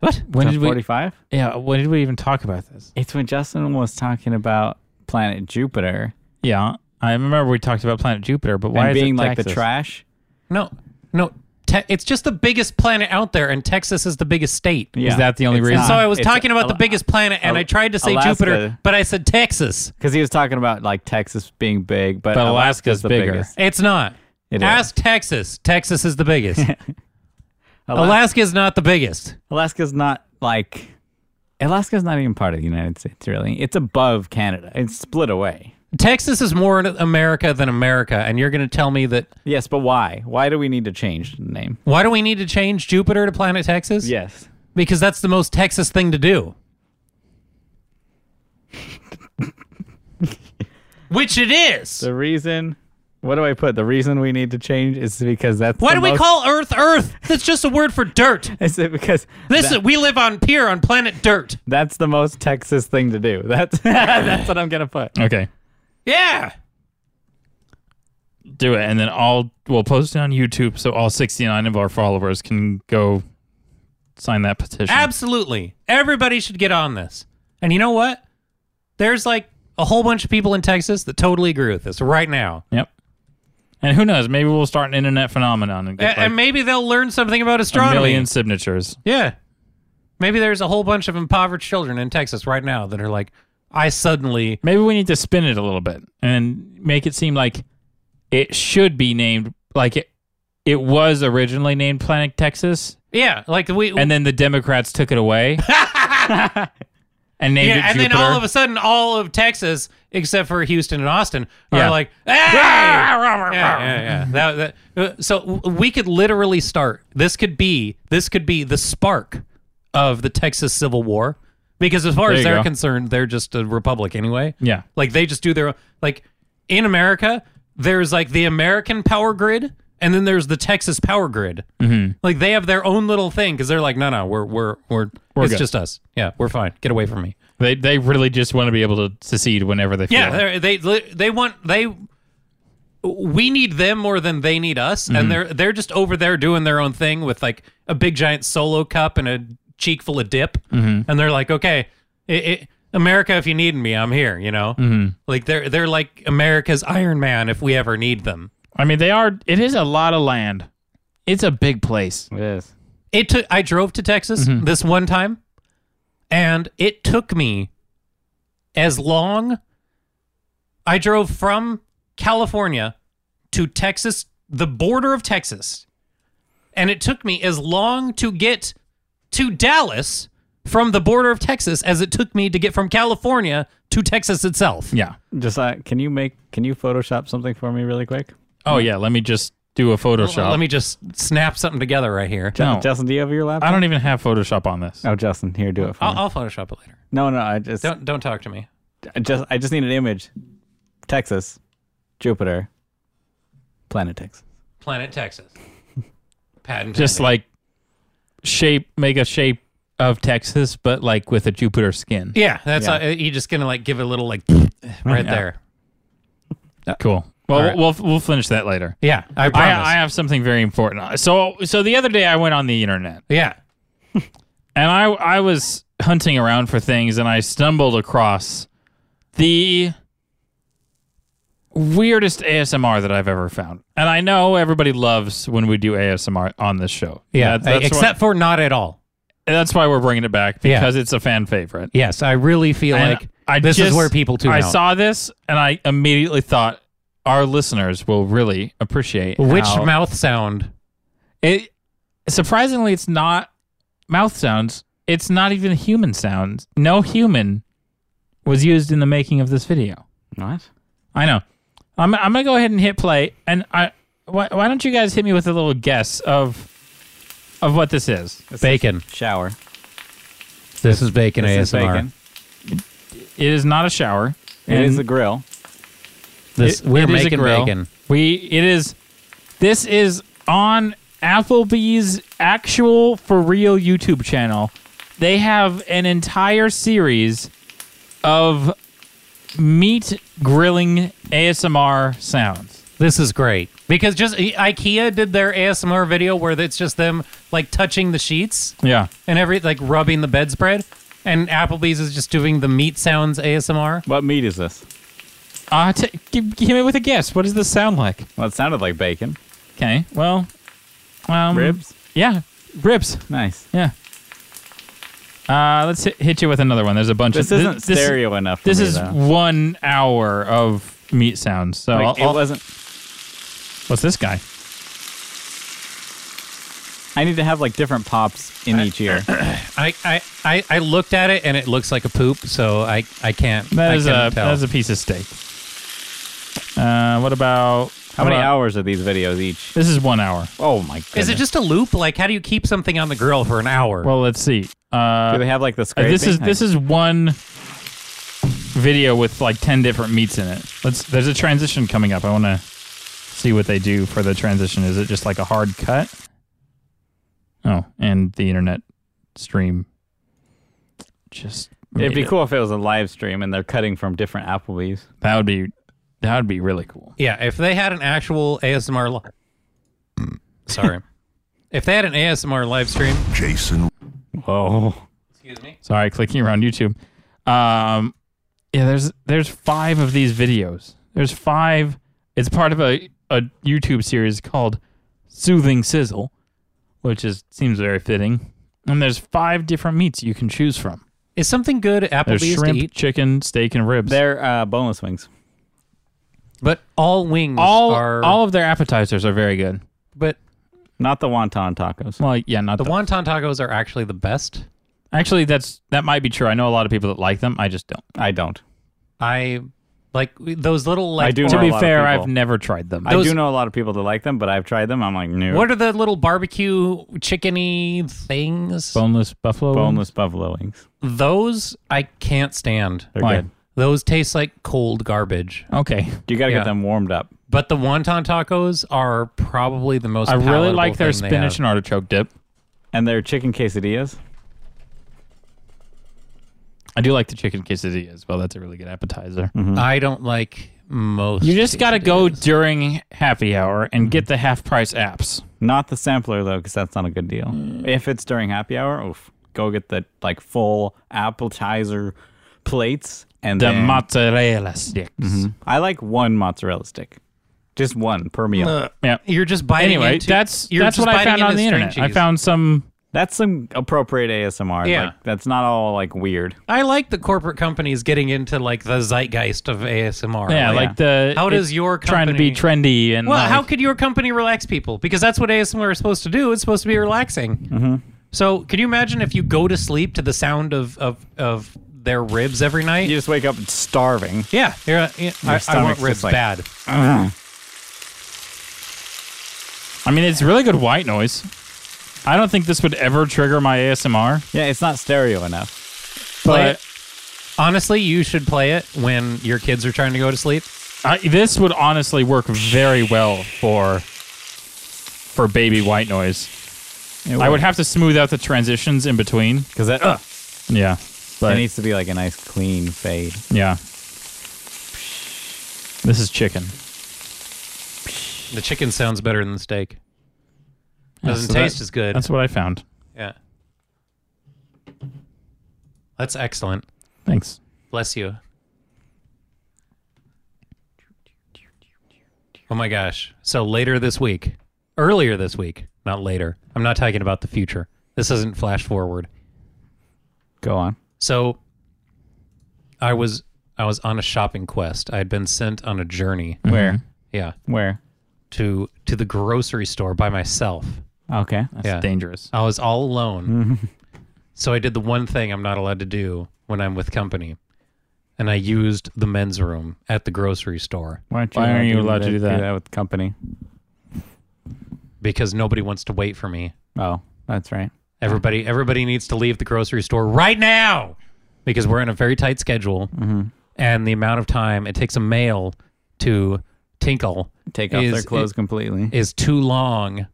Speaker 1: What?
Speaker 3: When did we?
Speaker 2: 45?
Speaker 3: Yeah. When did we even talk about this?
Speaker 2: It's when Justin was talking about planet Jupiter
Speaker 3: Yeah, I remember we talked about planet Jupiter, but why
Speaker 2: and
Speaker 3: is
Speaker 2: being
Speaker 3: it
Speaker 2: like the
Speaker 3: Texas?
Speaker 2: trash.
Speaker 1: No, no. Te- it's just the biggest planet out there, and Texas is the biggest state.
Speaker 2: Yeah.
Speaker 3: Is that the only
Speaker 2: It's
Speaker 3: reason?
Speaker 1: So I was
Speaker 2: It's
Speaker 1: talking about the
Speaker 2: Al-
Speaker 1: biggest planet, and
Speaker 2: Al-
Speaker 1: I tried to say
Speaker 2: Alaska.
Speaker 1: Jupiter, but I said Texas.
Speaker 2: Because he was talking about like Texas being big, but,
Speaker 3: But
Speaker 2: Alaska's,
Speaker 3: Alaska's
Speaker 2: the
Speaker 3: bigger.
Speaker 2: biggest.
Speaker 1: It's not.
Speaker 2: It
Speaker 1: Ask Texas. Texas is the
Speaker 2: <laughs>
Speaker 1: biggest.
Speaker 2: Ala-
Speaker 1: Alaska is not the biggest.
Speaker 2: Alaska's not like Alaska's not even part of the United States, really. It's above Canada. It's split away.
Speaker 1: Texas is more in America than America, and you're going to tell me that
Speaker 2: Yes, but why? Why do we need to change the name?
Speaker 1: why do we need to change Jupiter to planet Texas?
Speaker 2: Yes.
Speaker 1: Because that's the most Texas thing to do. Which it is.
Speaker 2: The reason what do I put? The reason we need to change is because that's
Speaker 1: Why
Speaker 2: the
Speaker 1: do we
Speaker 2: most-
Speaker 1: call Earth Earth? That's just a word for dirt.
Speaker 2: <laughs> is it because
Speaker 1: This is, we live on pier on planet dirt.
Speaker 2: That's the most Texas thing to do. <laughs> That's that's what I'm gonna put.
Speaker 3: okay.
Speaker 1: Yeah.
Speaker 3: Do it, and then I'll we'll post it on YouTube so all 69 of our followers can go sign that petition.
Speaker 1: Absolutely. Everybody should get on this. And you know what? There's like a whole bunch of people in Texas that totally agree with this right now.
Speaker 3: yep. And who knows? Maybe we'll start an internet phenomenon and
Speaker 1: A-
Speaker 3: get
Speaker 1: and
Speaker 3: like
Speaker 1: maybe they'll learn something about
Speaker 3: a
Speaker 1: astronomy.
Speaker 3: million signatures.
Speaker 1: Yeah. Maybe there's a whole bunch of impoverished children in Texas right now that are like, I suddenly.
Speaker 3: Maybe we need to spin it a little bit and make it seem like it should be named like it it was originally named Planet Texas
Speaker 1: Yeah. Like, we.
Speaker 3: and then the Democrats took
Speaker 1: <laughs>
Speaker 3: it away and named
Speaker 1: yeah,
Speaker 3: it
Speaker 1: and
Speaker 3: Jupiter.
Speaker 1: then all of a sudden, all of Texas, except for Houston and Austin, are
Speaker 3: Yeah. <laughs>
Speaker 1: like, hey! yeah, yeah, yeah. That, that, uh, so w- we could literally start. This could be this could be the spark of the Texas Civil War, because as far
Speaker 3: There
Speaker 1: as
Speaker 3: you
Speaker 1: they're
Speaker 3: go.
Speaker 1: concerned, they're just a republic anyway.
Speaker 3: Yeah.
Speaker 1: Like they just do their own. Like in America, there's like the American power grid, and then there's the Texas power grid. Mm-hmm. Like they have their own little thing because they're like, no, no, we're we're we're, it's
Speaker 3: good."
Speaker 1: just us. Yeah, we're fine. Get away from me.
Speaker 3: They they really just want to be able to secede whenever they feel.
Speaker 1: Yeah,
Speaker 3: like.
Speaker 1: they're- they they they want they. We need them more than they need us, and they're they're just over there doing their own thing with like a big giant solo cup and a cheek full of dip, and they're like, okay, it, it, America, if you need me, I'm here. You know, like they're they're like America's Iron Man if we ever need them.
Speaker 3: I mean, they are. It is a lot of land. It's a big place.
Speaker 2: It is.
Speaker 1: It took I drove to Texas
Speaker 3: Mm-hmm.
Speaker 1: this one time, and it took me as long. I drove from California to Texas, the border of Texas, and it took me as long to get to Dallas from the border of Texas as it took me to get from California to Texas itself.
Speaker 3: Yeah.
Speaker 2: Just uh, can you make can you Photoshop something for me really quick?
Speaker 3: Oh yeah. Let me just do a Photoshop.
Speaker 1: Let me just snap something together right here.
Speaker 2: Ju-
Speaker 3: No.
Speaker 2: Justin, do you have your laptop?
Speaker 3: I don't even have Photoshop on this.
Speaker 2: Oh, Justin, here, do it for
Speaker 1: I'll,
Speaker 2: me.
Speaker 1: I'll Photoshop it later.
Speaker 2: No, no, I just,
Speaker 1: Don't don't talk to me.
Speaker 2: I just, I just need an image. Texas, Jupiter, planet Texas.
Speaker 1: Planet
Speaker 3: <laughs>
Speaker 1: Texas. Patent.
Speaker 3: Just like shape, make a shape of Texas, but like with a Jupiter skin.
Speaker 1: yeah, that's
Speaker 2: Yeah.
Speaker 1: How, you just gonna like give it a little like
Speaker 3: Mm-hmm.
Speaker 1: right there.
Speaker 3: Cool. Well,
Speaker 1: All right.
Speaker 3: we'll we'll finish that later.
Speaker 1: Yeah, I promise.
Speaker 3: I, I have something very important. So so the other day I went on the internet
Speaker 1: yeah,
Speaker 3: and I I was hunting around for things and I stumbled across the weirdest ASMR that I've ever found. And I know everybody loves when we do ASMR on this show.
Speaker 1: yeah.
Speaker 3: That- that's
Speaker 1: Except for not at all.
Speaker 3: why, that's why we're bringing it back
Speaker 1: Yeah.
Speaker 3: because it's a fan favorite.
Speaker 1: Yes, I really feel
Speaker 3: And
Speaker 1: like this is
Speaker 3: just-
Speaker 1: where people tune
Speaker 3: I
Speaker 1: out.
Speaker 3: saw this and I immediately thought our listeners will really appreciate
Speaker 1: Which
Speaker 3: how-
Speaker 1: mouth sound?
Speaker 3: It surprisingly, it's not mouth sounds. It's not even human sounds. No human was used in the making of this video.
Speaker 2: What?
Speaker 3: I know. I'm, I'm gonna go ahead and hit play. And I why, why don't you guys hit me with a little guess of of what this is?
Speaker 1: Bacon.
Speaker 2: Shower.
Speaker 1: This is bacon
Speaker 2: This is
Speaker 1: ASMR.
Speaker 2: bacon.
Speaker 3: It is not a shower.
Speaker 2: It is a grill.
Speaker 1: This
Speaker 3: It-
Speaker 1: we're
Speaker 3: it is a
Speaker 1: making
Speaker 3: grill.
Speaker 1: bacon.
Speaker 3: We it is. This is on Applebee's actual for real YouTube channel. They have an entire series of meat grilling ASMR sounds.
Speaker 1: This is great because just I- IKEA did their ASMR video where it's just them like touching the sheets
Speaker 3: Yeah.
Speaker 1: and every like rubbing the bedspread, and Applebee's is just doing the meat sounds ASMR.
Speaker 2: What meat is this?
Speaker 3: Uh, t- give, give me with a guess. What does this sound like?
Speaker 2: Well, it sounded like bacon.
Speaker 3: Okay. Well, um,
Speaker 2: Ribs.
Speaker 3: Yeah, ribs.
Speaker 2: Nice.
Speaker 3: Yeah. Uh, let's hit, hit you with another one. There's a bunch
Speaker 2: This
Speaker 3: of
Speaker 2: isn't stereo enough. For
Speaker 3: This
Speaker 2: me,
Speaker 3: is
Speaker 2: though.
Speaker 3: one hour of meat sounds. So
Speaker 2: Like,
Speaker 3: I'll-
Speaker 2: it
Speaker 3: I'll-
Speaker 2: wasn't.
Speaker 3: what's this guy?
Speaker 2: I need to have like different pops in each
Speaker 3: <coughs>
Speaker 2: ear.
Speaker 1: I, I I I looked at it and it looks like a poop, so I I can't.
Speaker 3: That
Speaker 1: I
Speaker 3: is
Speaker 1: couldn't
Speaker 3: a
Speaker 1: tell.
Speaker 3: that is a piece of steak. Uh, what about
Speaker 2: How many
Speaker 3: about-
Speaker 2: hours are these videos each?
Speaker 3: This is one hour.
Speaker 2: Oh my god.
Speaker 1: Is it just a loop? Like, how do you keep something on the grill for an hour?
Speaker 3: Well, let's see.
Speaker 2: Do
Speaker 3: Uh,
Speaker 2: they have like the
Speaker 3: uh,
Speaker 2: scraping?
Speaker 3: this is this is one video with like ten different meats in it. Let's. There's a transition coming up. I want to see what they do for the transition. Is it just like a hard cut? Oh, and the internet stream just.
Speaker 2: It'd
Speaker 3: made
Speaker 2: be
Speaker 3: it.
Speaker 2: cool if it was a live stream and they're cutting from different Applebee's.
Speaker 3: That would be that would be really cool.
Speaker 1: yeah, if they had an actual ASMR, li-
Speaker 3: <laughs>
Speaker 1: sorry, if they had an ASMR live stream,
Speaker 4: Jason
Speaker 2: Whoa.
Speaker 1: excuse me.
Speaker 3: Sorry, clicking around YouTube. Um, yeah, there's there's five of these videos. There's five. It's part of a a YouTube series called Soothing Sizzle, which is seems very fitting. And there's five different meats you can choose from.
Speaker 1: Is something good at
Speaker 3: There's
Speaker 1: Applebee's to
Speaker 3: shrimp,
Speaker 1: eat?
Speaker 3: chicken, steak, and ribs.
Speaker 2: They're uh, boneless wings.
Speaker 1: But all wings
Speaker 3: all
Speaker 1: are
Speaker 3: all of their appetizers are very good.
Speaker 1: But
Speaker 2: Not the wonton tacos.
Speaker 3: Well, yeah, not
Speaker 1: the
Speaker 3: the,
Speaker 1: wonton tacos are actually the best.
Speaker 3: Actually, that's that might be true. I know a lot of people that like them. I just don't.
Speaker 2: I don't.
Speaker 1: I like those little like.
Speaker 2: I do
Speaker 3: To
Speaker 2: know a
Speaker 3: be
Speaker 2: lot of
Speaker 3: fair, I've
Speaker 2: people.
Speaker 3: never tried them.
Speaker 1: Those-
Speaker 2: I do know a lot of people that like them, but I've tried them. I'm like, no.
Speaker 1: What are the little barbecue chickeny things?
Speaker 3: boneless buffalo. wings?
Speaker 2: boneless buffalo wings?
Speaker 1: Those I can't stand.
Speaker 2: They're
Speaker 3: Why?
Speaker 2: good.
Speaker 1: Those taste like cold garbage.
Speaker 3: Okay.
Speaker 2: You got to
Speaker 1: Yeah.
Speaker 2: get them warmed up.
Speaker 1: But the wonton tacos are probably the most.
Speaker 3: I really
Speaker 1: palatable
Speaker 3: like their
Speaker 1: thing they
Speaker 3: spinach
Speaker 1: have.
Speaker 3: and artichoke dip.
Speaker 2: And their chicken quesadillas.
Speaker 3: I do like the chicken quesadilla as well. That's a really good appetizer.
Speaker 1: I don't like most.
Speaker 3: You just got to go
Speaker 1: quesadillas.
Speaker 3: during happy hour
Speaker 1: Mm-hmm.
Speaker 3: and get the half price apps.
Speaker 2: Not the sampler though, because that's not a good deal. If it's during happy hour, oof, go get the like full appetizer plates and
Speaker 3: The
Speaker 2: then
Speaker 3: mozzarella sticks.
Speaker 1: Mm-hmm.
Speaker 2: I like one mozzarella stick, just one per meal.
Speaker 3: uh, Yeah.
Speaker 1: You're just biting.
Speaker 3: Anyway,
Speaker 1: into-
Speaker 3: that's
Speaker 1: you're
Speaker 3: that's
Speaker 1: just
Speaker 3: what I
Speaker 1: biting
Speaker 3: found on
Speaker 1: into
Speaker 3: the
Speaker 1: string
Speaker 3: internet. I
Speaker 1: cheese.
Speaker 3: found some.
Speaker 2: That's some appropriate ASMR.
Speaker 1: Yeah.
Speaker 2: like, that's not all like weird.
Speaker 1: I like the corporate companies getting into like the zeitgeist of ASMR.
Speaker 3: Yeah, like the
Speaker 1: How does
Speaker 3: it's
Speaker 1: your
Speaker 3: trying to be trendy and
Speaker 1: Well,
Speaker 3: like, Mm-hmm.
Speaker 1: how could your company relax people? Because that's what ASMR is supposed to do. It's supposed to be relaxing. So, can you imagine if you go to sleep to the sound of of, of their ribs every night?
Speaker 2: You just wake up starving.
Speaker 1: Yeah, you're, uh, yeah, I, I
Speaker 2: stomach's
Speaker 1: want
Speaker 2: just
Speaker 1: ribs
Speaker 2: like-
Speaker 1: bad.
Speaker 3: I mean, it's really good white noise. I don't think this would ever trigger my ASMR,
Speaker 2: Yeah, it's not stereo enough.
Speaker 1: Play
Speaker 3: but
Speaker 1: it. Honestly, you should play it when your kids are trying to go to sleep.
Speaker 3: I, this would honestly work very well for for baby white noise. I would have to smooth out the transitions in between.
Speaker 2: because that uh,
Speaker 3: Yeah,
Speaker 2: it
Speaker 3: but
Speaker 2: needs to be like a nice clean fade.
Speaker 3: yeah, this is chicken.
Speaker 1: The chicken sounds better than the steak.
Speaker 3: Yeah,
Speaker 1: Doesn't
Speaker 3: so that-
Speaker 1: taste as good.
Speaker 3: That's what I found.
Speaker 1: yeah. That's excellent.
Speaker 3: Thanks.
Speaker 1: Bless you. Oh my gosh. So later this week, earlier this week, not later. I'm not talking about the future. This isn't flash forward.
Speaker 2: Go on.
Speaker 3: Mm-hmm.
Speaker 1: So I was I was on a shopping quest. I had been sent on a journey.
Speaker 2: Where?
Speaker 1: Yeah.
Speaker 2: Where?
Speaker 1: To to the grocery store by myself.
Speaker 2: Okay.
Speaker 3: That's
Speaker 1: Yeah.
Speaker 3: dangerous.
Speaker 1: I was all alone. so I did the one thing I'm not allowed to do when I'm with company. And I used the men's room at the grocery store
Speaker 2: Why, aren't you
Speaker 3: Why aren't you
Speaker 2: do
Speaker 3: allowed to do that?
Speaker 2: Do that with company.
Speaker 1: because nobody wants to wait for me.
Speaker 2: Oh, that's right.
Speaker 1: Everybody everybody needs to leave the grocery store right now because we're in a very tight schedule. And the amount of time it takes a male to tinkle
Speaker 2: Take off
Speaker 1: Is
Speaker 2: their
Speaker 1: it-
Speaker 2: clothes completely.
Speaker 1: is too long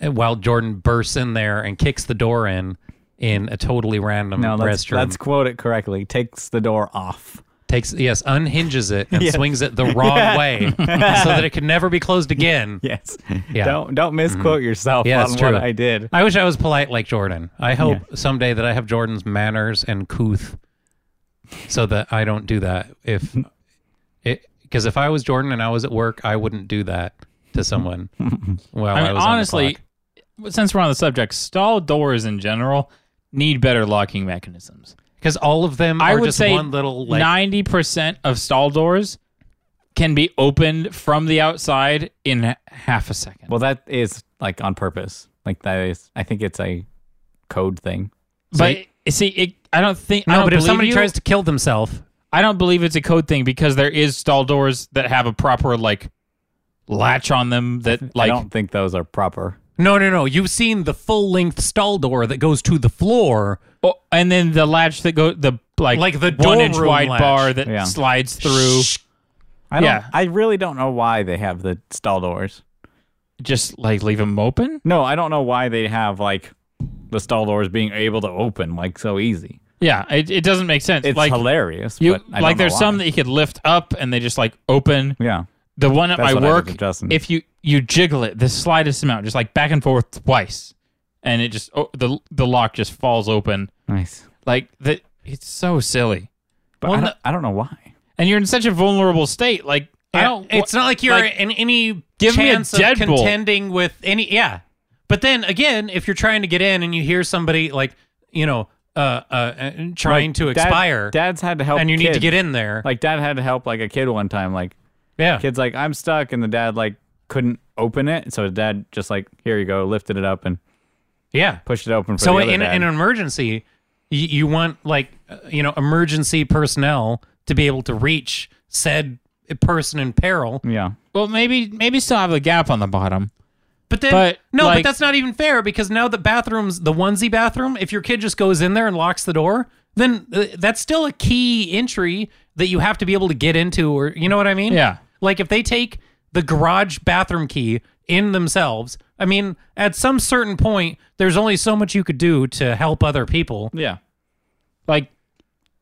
Speaker 1: while Jordan bursts in there and kicks the door in in a totally random
Speaker 2: no, let's,
Speaker 1: restroom.
Speaker 2: let's quote it correctly. Takes the door off. <laughs>
Speaker 1: Takes yes, unhinges it
Speaker 3: <laughs>
Speaker 1: and swings it the wrong way so that it can never be closed again.
Speaker 2: Yes.
Speaker 1: Yeah.
Speaker 2: Don't don't misquote yourself
Speaker 1: Yeah,
Speaker 2: on
Speaker 1: it's
Speaker 2: what
Speaker 1: true.
Speaker 2: I did.
Speaker 1: I wish I was polite like Jordan. I hope someday that I have Jordan's manners and couth so that I don't do that if it because if I was Jordan and I was at work, I wouldn't do that to
Speaker 3: <laughs>
Speaker 1: someone. Well,
Speaker 3: I mean,
Speaker 1: Oh, was on the
Speaker 3: honestly,
Speaker 1: clock.
Speaker 3: since we're on the subject, stall doors in general need better locking mechanisms.
Speaker 1: Because all of them
Speaker 3: I
Speaker 1: are
Speaker 3: would
Speaker 1: just
Speaker 3: say
Speaker 1: one little like
Speaker 3: Ninety percent of stall doors can be opened from the outside in h- half a second.
Speaker 2: Well, that is like on purpose. Like that is. I think it's a code thing.
Speaker 3: but see, it, I don't think. I
Speaker 1: no.
Speaker 3: don't
Speaker 1: But if
Speaker 3: believe
Speaker 1: somebody
Speaker 3: you.
Speaker 1: tries to kill themselves,
Speaker 3: I don't believe it's a code thing because there is stall doors that have a proper like latch on them that
Speaker 2: I
Speaker 3: like
Speaker 2: don't think those are proper.
Speaker 1: no, no, no. You've seen the full length stall door that goes to the floor.
Speaker 3: oh, and then the latch that go the like
Speaker 1: Like the
Speaker 3: one
Speaker 1: dorm
Speaker 3: inch
Speaker 1: room
Speaker 3: wide
Speaker 1: latch.
Speaker 3: bar that
Speaker 2: Yeah.
Speaker 3: slides through.
Speaker 2: I don't,
Speaker 3: Yeah.
Speaker 2: I really don't know why they have the stall doors.
Speaker 3: Just like leave them open.
Speaker 2: No, I don't know why they have like the stall doors being able to open like so easy.
Speaker 3: Yeah, it, it doesn't make sense.
Speaker 2: It's
Speaker 3: like
Speaker 2: hilarious.
Speaker 3: you
Speaker 2: but I don't
Speaker 3: like
Speaker 2: know
Speaker 3: there's
Speaker 2: why.
Speaker 3: some that you could lift up and they just like open.
Speaker 2: yeah.
Speaker 3: The one at
Speaker 2: That's
Speaker 3: my
Speaker 2: what I did
Speaker 3: work,
Speaker 2: to Justin.
Speaker 3: if you you jiggle it the slightest amount, just like back and forth twice, and it just oh, the the lock just falls open.
Speaker 2: Nice.
Speaker 3: Like that, it's so silly.
Speaker 2: But I, don't, I don't know why.
Speaker 3: and you're in such a vulnerable state. Like I don't.
Speaker 1: Uh, It's not like you're
Speaker 3: like,
Speaker 1: in any
Speaker 3: give me a
Speaker 1: chance
Speaker 3: Deadpool.
Speaker 1: of contending with any. Yeah, but then again, if you're trying to get in and you hear somebody like you know uh uh and trying to
Speaker 2: Dad-
Speaker 1: expire,
Speaker 2: dad's had to help.
Speaker 1: and you need to
Speaker 2: kids.
Speaker 1: get in there,
Speaker 2: Like dad had to help like a kid one time. Like
Speaker 1: yeah,
Speaker 2: kid's like I'm stuck, and the dad like couldn't open it, so dad just like here you go, lifted it up and
Speaker 1: yeah.
Speaker 2: pushed it open. For
Speaker 1: So
Speaker 2: the other
Speaker 1: in,
Speaker 2: dad.
Speaker 1: in an emergency, you, you want like uh, you know emergency personnel to be able to reach said person in peril.
Speaker 2: yeah.
Speaker 3: well, maybe maybe still have the gap on the bottom.
Speaker 1: But then
Speaker 3: But,
Speaker 1: no,
Speaker 3: like-
Speaker 1: but that's not even fair because now the bathrooms, the onesie bathroom, if your kid just goes in there and locks the door, then uh, that's still a key entry that you have to be able to get into or you know what I mean?
Speaker 3: Yeah.
Speaker 1: Like if they take the garage bathroom key in themselves, I mean, at some certain point there's only so much you could do to help other people.
Speaker 2: Yeah.
Speaker 3: Like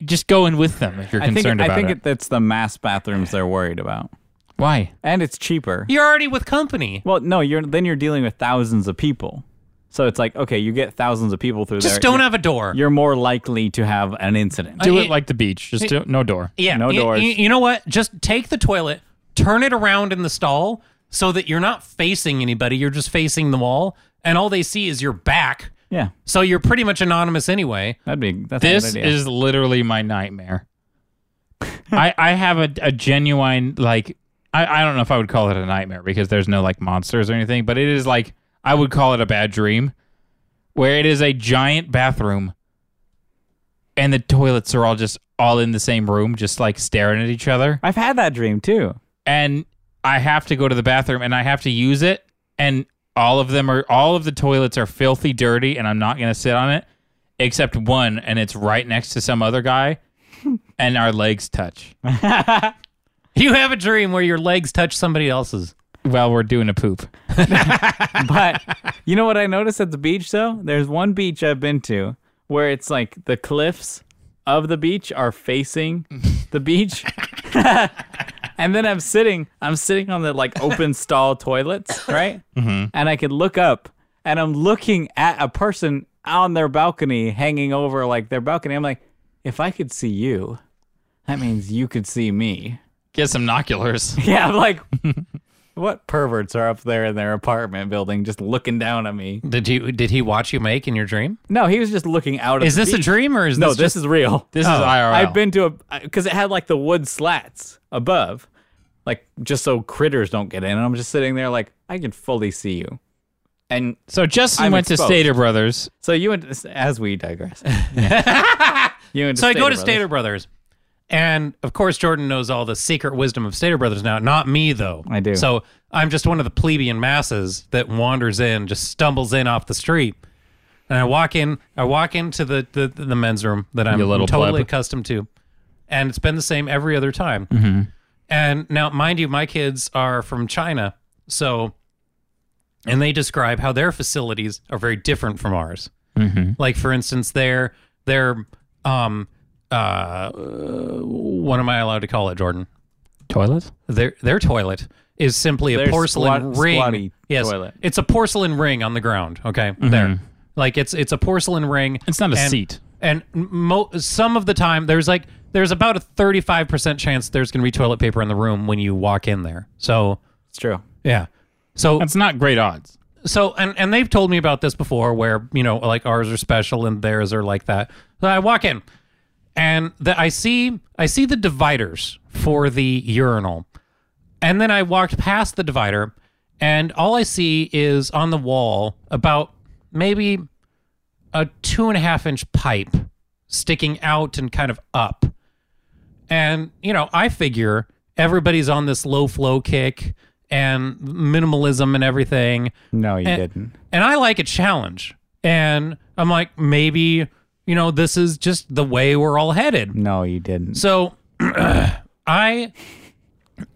Speaker 3: just go in with them if you're
Speaker 2: I think
Speaker 3: concerned
Speaker 2: I
Speaker 3: about
Speaker 2: think
Speaker 3: it.
Speaker 2: it, it's the mass bathrooms they're worried about,
Speaker 3: Why?
Speaker 2: and it's cheaper.
Speaker 1: You're already with company.
Speaker 2: Well, no, you're then you're dealing with thousands of people, so it's like okay, you get thousands of people through
Speaker 1: Just
Speaker 2: there.
Speaker 1: don't
Speaker 2: You're,
Speaker 1: have a door.
Speaker 2: you're more likely to have an incident.
Speaker 3: Do it,
Speaker 1: it-
Speaker 3: like the beach. Just do, no door.
Speaker 1: Yeah.
Speaker 2: No
Speaker 1: you,
Speaker 2: doors.
Speaker 1: You, you know what? Just take the toilet, turn it around in the stall so that you're not facing anybody. You're just facing the wall, and all they see is your back.
Speaker 2: yeah,
Speaker 1: So you're pretty much anonymous anyway. <laughs>
Speaker 2: that'd be that's a
Speaker 3: This
Speaker 2: good idea.
Speaker 3: is literally my nightmare. <laughs> I I have a, a genuine like I, I don't know if I would call it a nightmare because there's no like monsters or anything, but it is like I would call it a bad dream where it is a giant bathroom and the toilets are all just all in the same room, just like staring at each other.
Speaker 2: I've had that dream too.
Speaker 3: And I have to go to the bathroom and I have to use it. And all of them are, all of the toilets are filthy dirty and I'm not going to sit on it except one. And it's right next to some other guy and our legs touch
Speaker 1: You have a dream where your legs touch somebody else's.
Speaker 3: while we're doing a poop.
Speaker 2: But you know what I noticed at the beach though? There's one beach I've been to where it's like the cliffs of the beach are facing the beach. <laughs> and then I'm sitting, I'm sitting on the like open stall toilets, right? Mm-hmm. And I could look up and I'm looking at a person on their balcony hanging over like their balcony. I'm like, if I could see you, that means you could see me. <laughs>
Speaker 3: Get some noculars.
Speaker 2: Yeah, I'm like, what perverts are up there in their apartment building just looking down at me?
Speaker 1: Did you? Did he watch you make in your dream?
Speaker 2: No, he was just looking out. At
Speaker 1: Is
Speaker 2: the
Speaker 1: this a
Speaker 2: beach.
Speaker 1: dream or is
Speaker 2: No,
Speaker 1: this,
Speaker 2: this, is real.
Speaker 3: This is
Speaker 2: <laughs>
Speaker 3: IRL.
Speaker 2: I've been to a because it had like the wood slats above, like just so critters don't get in. And I'm just sitting there like I can fully see you. And
Speaker 3: so Justin
Speaker 2: I'm
Speaker 3: went
Speaker 2: exposed.
Speaker 3: to Stater Brothers.
Speaker 2: so you and as we digress, <laughs> you and
Speaker 1: So I go to
Speaker 2: Brothers.
Speaker 1: Stater Brothers, and of course Jordan knows all the secret wisdom of Stater Brothers now. Not me though.
Speaker 2: I do.
Speaker 1: So I'm just one of the plebeian masses that wanders in, just stumbles in off the street, and I walk in. I walk into the the, the men's room that I'm
Speaker 3: You little
Speaker 1: totally
Speaker 3: pleb.
Speaker 1: accustomed to, and it's been the same every other time. And now, mind you, my kids are from China, so and they describe how their facilities are very different from ours. Like for instance, their their um uh what am I allowed to call it, Jordan?
Speaker 3: Toilet?
Speaker 1: Their their toilet is simply a
Speaker 2: Their
Speaker 1: porcelain
Speaker 2: squat-
Speaker 1: ring.
Speaker 2: squatty
Speaker 1: yes,
Speaker 2: toilet.
Speaker 1: it's a porcelain ring on the ground. Okay, there, like it's it's a porcelain ring.
Speaker 3: Mm-hmm. It's not a
Speaker 1: and-
Speaker 3: seat.
Speaker 1: And mo- some of the time, there's like there's about a thirty five percent chance there's going to be toilet paper in the room when you walk in there. So
Speaker 2: It's true.
Speaker 1: yeah, so
Speaker 3: That's not great odds.
Speaker 1: so and and they've told me about this before where you know like ours are special and theirs are like that so i walk in and the, i see i see the dividers for the urinal and then i walked past the divider and all i see is on the wall about maybe a two and a half inch pipe sticking out and kind of up and, you know, I figure everybody's on this low flow kick and minimalism and everything.
Speaker 2: No, you
Speaker 1: <laughs> And-
Speaker 2: didn't.
Speaker 1: And I like a challenge. And I'm like, maybe, you know, this is just the way we're all headed.
Speaker 2: No, you didn't.
Speaker 1: So <clears throat> I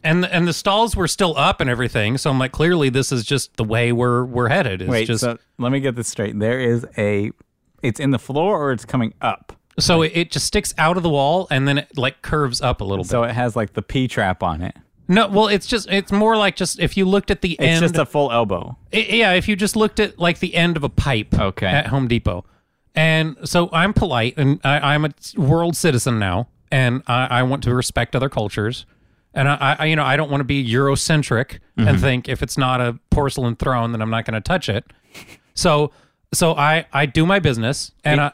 Speaker 1: and and the stalls were still up and everything. So I'm like, clearly this is just the way we're we're headed. It's
Speaker 2: Wait,
Speaker 1: just
Speaker 2: so let me get this straight. There is a, it's in the floor or it's coming up.
Speaker 1: so it, it just sticks out of the wall and then it like curves up a little bit.
Speaker 2: So it has like the P trap on it.
Speaker 1: No, well, it's just it's more like just if you looked at the
Speaker 2: It's
Speaker 1: end
Speaker 2: just a full elbow.
Speaker 1: I- yeah, if you just looked at like the end of a pipe
Speaker 2: Okay.
Speaker 1: at Home Depot. And so I'm polite and I, I'm a world citizen now and I, I want to respect other cultures. And I, I you know, I don't want to be Eurocentric
Speaker 2: Mm-hmm.
Speaker 1: and think if it's not a porcelain throne, then I'm not going to touch it. So, so I, I do my business and I,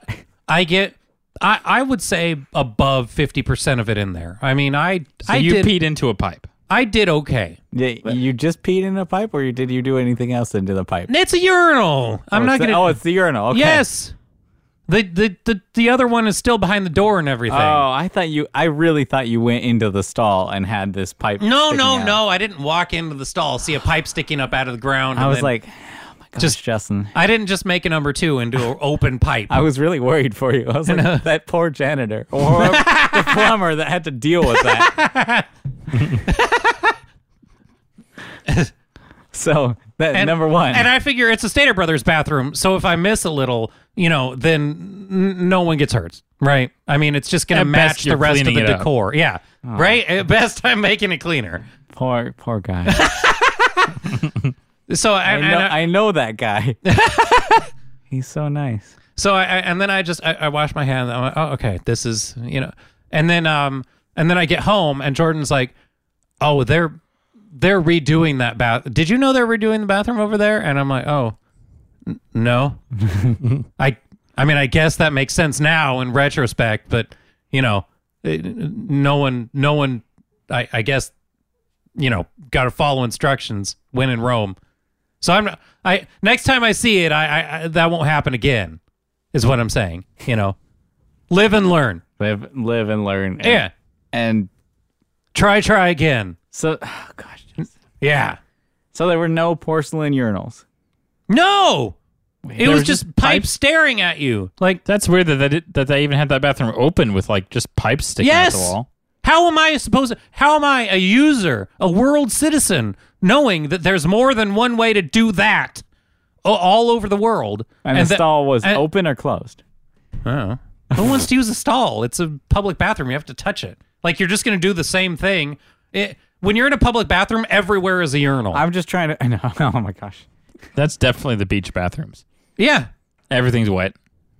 Speaker 1: I get, I, I would say above 50% of it in there. I mean, I, I
Speaker 3: you
Speaker 1: did,
Speaker 3: peed into a pipe.
Speaker 1: I did okay.
Speaker 2: Yeah, you just peed in a pipe, or you, did you do anything else into the pipe?
Speaker 1: It's a urinal. I'm
Speaker 2: Oh,
Speaker 1: not
Speaker 2: it's
Speaker 1: going
Speaker 2: the,
Speaker 1: to.
Speaker 2: Oh, it's the urinal. Okay.
Speaker 1: Yes. The, the the the other one is still behind the door and everything.
Speaker 2: Oh, I thought you. I really thought you went into the stall and had this pipe.
Speaker 1: no,
Speaker 2: sticking
Speaker 1: no,
Speaker 2: out.
Speaker 1: no! I didn't walk into the stall, see a pipe sticking up out of the ground.
Speaker 2: I
Speaker 1: and
Speaker 2: was
Speaker 1: then-
Speaker 2: like, oh my gosh,
Speaker 1: Just-
Speaker 2: Justin.
Speaker 1: I didn't just make a number two into an open pipe.
Speaker 2: I was really worried for you. I was like, that poor janitor or whoever-
Speaker 1: <laughs>
Speaker 2: the plumber that had to deal with that. so that
Speaker 1: And-
Speaker 2: number one.
Speaker 1: and I figure it's a Stater Brothers bathroom, so if I miss a little, you know, then n- no one gets hurt, right? I mean, it's just going to
Speaker 3: At best,
Speaker 1: match the
Speaker 3: you're
Speaker 1: rest of
Speaker 3: cleaning
Speaker 1: the
Speaker 3: it up.
Speaker 1: decor, yeah,
Speaker 2: Oh.
Speaker 1: right. At best, I'm making it cleaner.
Speaker 2: poor,
Speaker 1: <laughs>
Speaker 2: poor guy.
Speaker 1: So I,
Speaker 2: I
Speaker 1: and
Speaker 2: know,
Speaker 1: I-
Speaker 2: I know
Speaker 1: <laughs>
Speaker 2: that guy. He's so nice.
Speaker 1: So I, I and then I just I, I wash my hands. I'm like, oh, okay, this is you know. And then um and then I get home and Jordan's like, oh, they're they're redoing that bath. Did you know they're redoing the bathroom over there? And I'm like, oh, n- no. I I mean, I guess that makes sense now in retrospect, but you know, it- no one no one I I guess you know got to follow instructions when in Rome. So I'm not- I next time I see it, I, I, I that won't happen again. Is what I'm saying. You know, live and learn.
Speaker 2: Live, live and learn. And,
Speaker 1: Yeah.
Speaker 2: And
Speaker 1: Try, try again.
Speaker 2: so, <sighs> oh gosh.
Speaker 1: Yeah.
Speaker 2: So there were no porcelain urinals.
Speaker 1: No. It
Speaker 3: There
Speaker 1: was
Speaker 3: was
Speaker 1: just
Speaker 3: just
Speaker 1: pipe staring at you. Like,
Speaker 3: That's weird that they, did, that they even had that bathroom open with like just pipes sticking out
Speaker 1: Yes!
Speaker 3: the wall.
Speaker 1: how am I supposed to? How am I a user, a world citizen, knowing that there's more than one way to do that a- all over the world?
Speaker 2: And, the
Speaker 1: that-
Speaker 2: stall was
Speaker 1: and-
Speaker 2: open or closed.
Speaker 1: Oh. Who wants to use a stall? It's a public bathroom. You have to touch it. Like you're just going to do the same thing. It, when you're in a public bathroom, everywhere is a urinal.
Speaker 2: I'm just trying to. <laughs> I know. Oh my gosh.
Speaker 3: That's definitely the beach bathrooms.
Speaker 1: yeah.
Speaker 3: Everything's wet.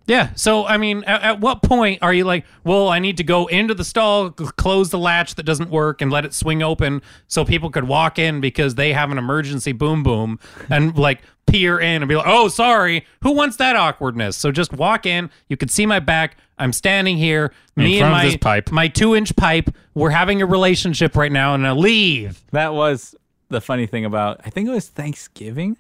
Speaker 1: Yeah. So, I mean, at, at what point are you like, well, I need to go into the stall, c- close the latch that doesn't work, and let it swing open so people could walk in because they have an emergency boom boom and like peer in and be like, oh, sorry. Who wants that awkwardness? So just walk in. You can see my back. I'm standing here. Me and
Speaker 3: front of
Speaker 1: my
Speaker 3: this pipe.
Speaker 1: my two inch pipe. We're having a relationship right now, and I leave.
Speaker 2: That was the funny thing about. I think it was Thanksgiving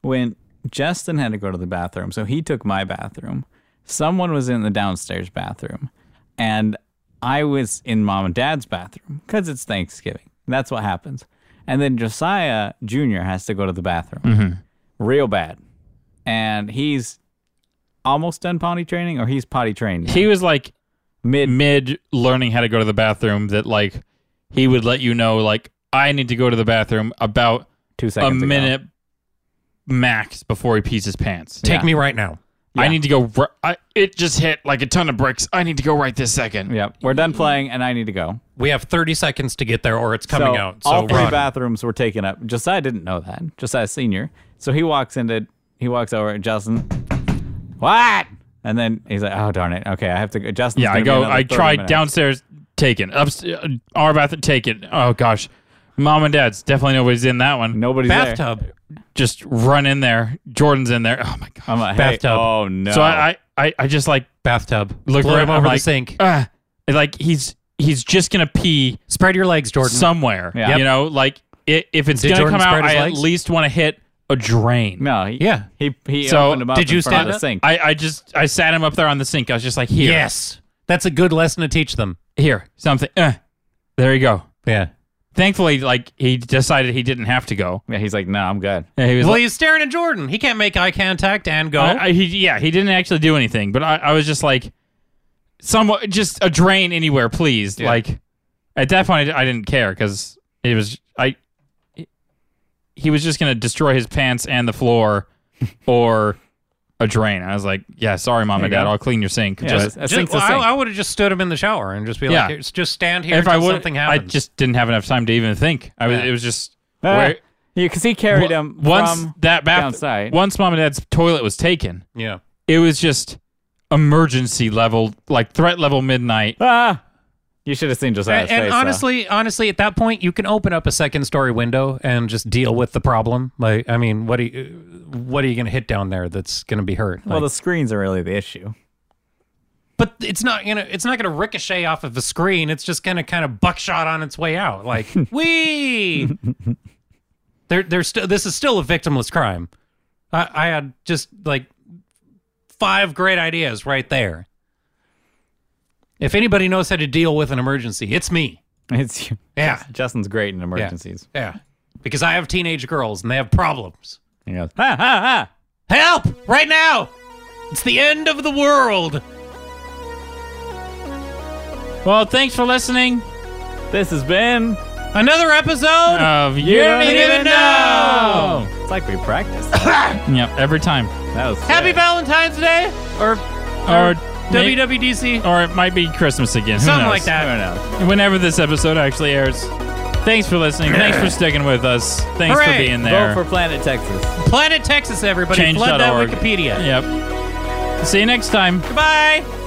Speaker 2: when Justin had to go to the bathroom, so he took my bathroom. Someone was in the downstairs bathroom, and I was in mom and dad's bathroom because it's Thanksgiving. That's what happens. And then Josiah Jr. has to go to the bathroom
Speaker 3: Mm-hmm.
Speaker 2: real bad. And he's almost done potty training, or he's potty trained.
Speaker 3: He was like
Speaker 2: Mid
Speaker 3: mid learning how to go to the bathroom that like he would let you know like I need to go to the bathroom about
Speaker 2: two
Speaker 3: a
Speaker 2: seconds ago.
Speaker 3: minute max before he pees his pants.
Speaker 1: Take
Speaker 2: Yeah.
Speaker 1: me right now.
Speaker 3: I need to go. r I it just hit like a ton of bricks. I need to go right this second.
Speaker 2: Yep. We're done playing, and I need to go.
Speaker 1: We have 30 seconds to get there, or it's coming
Speaker 2: so
Speaker 1: out. So
Speaker 2: all three
Speaker 1: run.
Speaker 2: bathrooms were taken up. Josiah didn't know that. Josiah senior. So he walks into he walks over at Justin. What? And then he's like, "Oh darn it! Okay, I have to go." Justin.
Speaker 3: Yeah, I go. I tried downstairs, taken upstairs, uh, our bathroom, taken. Oh gosh, mom and dad's definitely nobody's in that one.
Speaker 2: Nobody's there.
Speaker 1: Bathtub.
Speaker 3: just run in there. Jordan's in there. Oh my god.
Speaker 2: I'm like, hey,
Speaker 1: Bathtub.
Speaker 2: Oh no!
Speaker 3: So I, I, I, I just like
Speaker 1: Bathtub.
Speaker 3: look
Speaker 1: Floor
Speaker 3: right
Speaker 1: him
Speaker 3: I'm
Speaker 1: over
Speaker 3: like,
Speaker 1: the sink.
Speaker 3: "Ah." like he's he's just gonna pee
Speaker 1: Spread your legs, Jordan.
Speaker 3: somewhere.
Speaker 2: Yeah.
Speaker 3: You know, like it, if it's
Speaker 1: Did
Speaker 3: gonna
Speaker 1: Jordan
Speaker 3: come
Speaker 1: spread
Speaker 3: out,
Speaker 1: his
Speaker 3: I at
Speaker 1: legs?
Speaker 3: least want to hit a drain.
Speaker 2: no. He,
Speaker 1: Yeah.
Speaker 2: He he
Speaker 3: So,
Speaker 2: opened him up.
Speaker 1: did you
Speaker 2: in front
Speaker 1: stand
Speaker 2: of the
Speaker 1: up?
Speaker 2: sink?
Speaker 3: I, I just I sat him up there on the sink. I was just like, here,
Speaker 1: Yes. That's a good lesson to teach them.
Speaker 3: here, something. Uh, there you go.
Speaker 1: Yeah.
Speaker 3: Thankfully, like he decided he didn't have to go.
Speaker 2: yeah. He's like, "No, I'm good."
Speaker 3: And he was
Speaker 1: Well,
Speaker 3: like,
Speaker 1: he's staring at Jordan. He can't make eye contact and go.
Speaker 3: I- I- he, yeah, he didn't actually do anything, but I, I was just like, somewhat, just a drain anywhere, please. Like at that point, I, I didn't care because it was I. He was just gonna destroy his pants and the floor, or a drain. I was like, yeah, sorry, mom and
Speaker 2: you
Speaker 3: dad,
Speaker 2: go.
Speaker 3: I'll clean your sink.
Speaker 2: Yeah,
Speaker 3: just
Speaker 2: a
Speaker 1: Ju-
Speaker 2: sink's a
Speaker 1: well,
Speaker 2: sink.
Speaker 1: I, I would have just stood him in the shower and just be
Speaker 3: Yeah.
Speaker 1: like, "Here, just stand here
Speaker 3: if I
Speaker 1: until
Speaker 3: would,
Speaker 1: something
Speaker 3: I
Speaker 1: happens.
Speaker 3: just didn't have enough time to even think. I was,
Speaker 1: Yeah.
Speaker 3: it was just
Speaker 2: Ah,
Speaker 3: where-
Speaker 2: you because he carried him
Speaker 3: once
Speaker 2: from
Speaker 3: that
Speaker 2: downside.
Speaker 3: bath, once mom and dad's toilet was taken,
Speaker 1: yeah.
Speaker 3: it was just emergency level, like threat level midnight.
Speaker 2: ah. You should have seen Josiah's
Speaker 1: And, and
Speaker 2: face. though.
Speaker 1: honestly, honestly, at that point, you can open up a second story window and just deal with the problem. Like, I mean, what are you, what are you going to hit down there that's going to be hurt?
Speaker 2: well,
Speaker 1: Like,
Speaker 2: the screens are really the issue. <laughs>
Speaker 1: but it's not gonna, it's not gonna ricochet off of the screen. It's just gonna kind of buckshot on its way out. Like, wee. There, there's still this is still a victimless crime. I, I had just like five great ideas right there. If anybody knows how to deal with an emergency, it's me.
Speaker 2: It's you.
Speaker 1: Yeah.
Speaker 2: Justin's great in emergencies.
Speaker 1: Yeah. Because I have teenage girls and they have problems.
Speaker 2: He goes, ha ha
Speaker 1: Help! Right now! It's the end of the world!
Speaker 3: Well, thanks for listening.
Speaker 2: ha. This has been.
Speaker 1: Another episode! <laughs>
Speaker 3: Of you don't even know.
Speaker 2: It's like we practiced.
Speaker 3: Yep, every time.
Speaker 2: That was
Speaker 1: Happy
Speaker 2: sick.
Speaker 1: Valentine's Day! Or
Speaker 3: Or may-
Speaker 1: WWDC.
Speaker 3: or it might be Christmas again. Who
Speaker 1: Something like
Speaker 3: knows?
Speaker 1: that.
Speaker 2: Who knows?
Speaker 3: Whenever this episode actually airs. Thanks for listening. Thanks for sticking with us. Thanks for
Speaker 1: Hooray.
Speaker 3: being
Speaker 2: Vote
Speaker 3: there.
Speaker 2: for Planet Texas.
Speaker 1: Planet Texas, everybody. Flood that
Speaker 3: Change.org.
Speaker 1: Wikipedia.
Speaker 3: Yep. See you next time.
Speaker 1: Goodbye!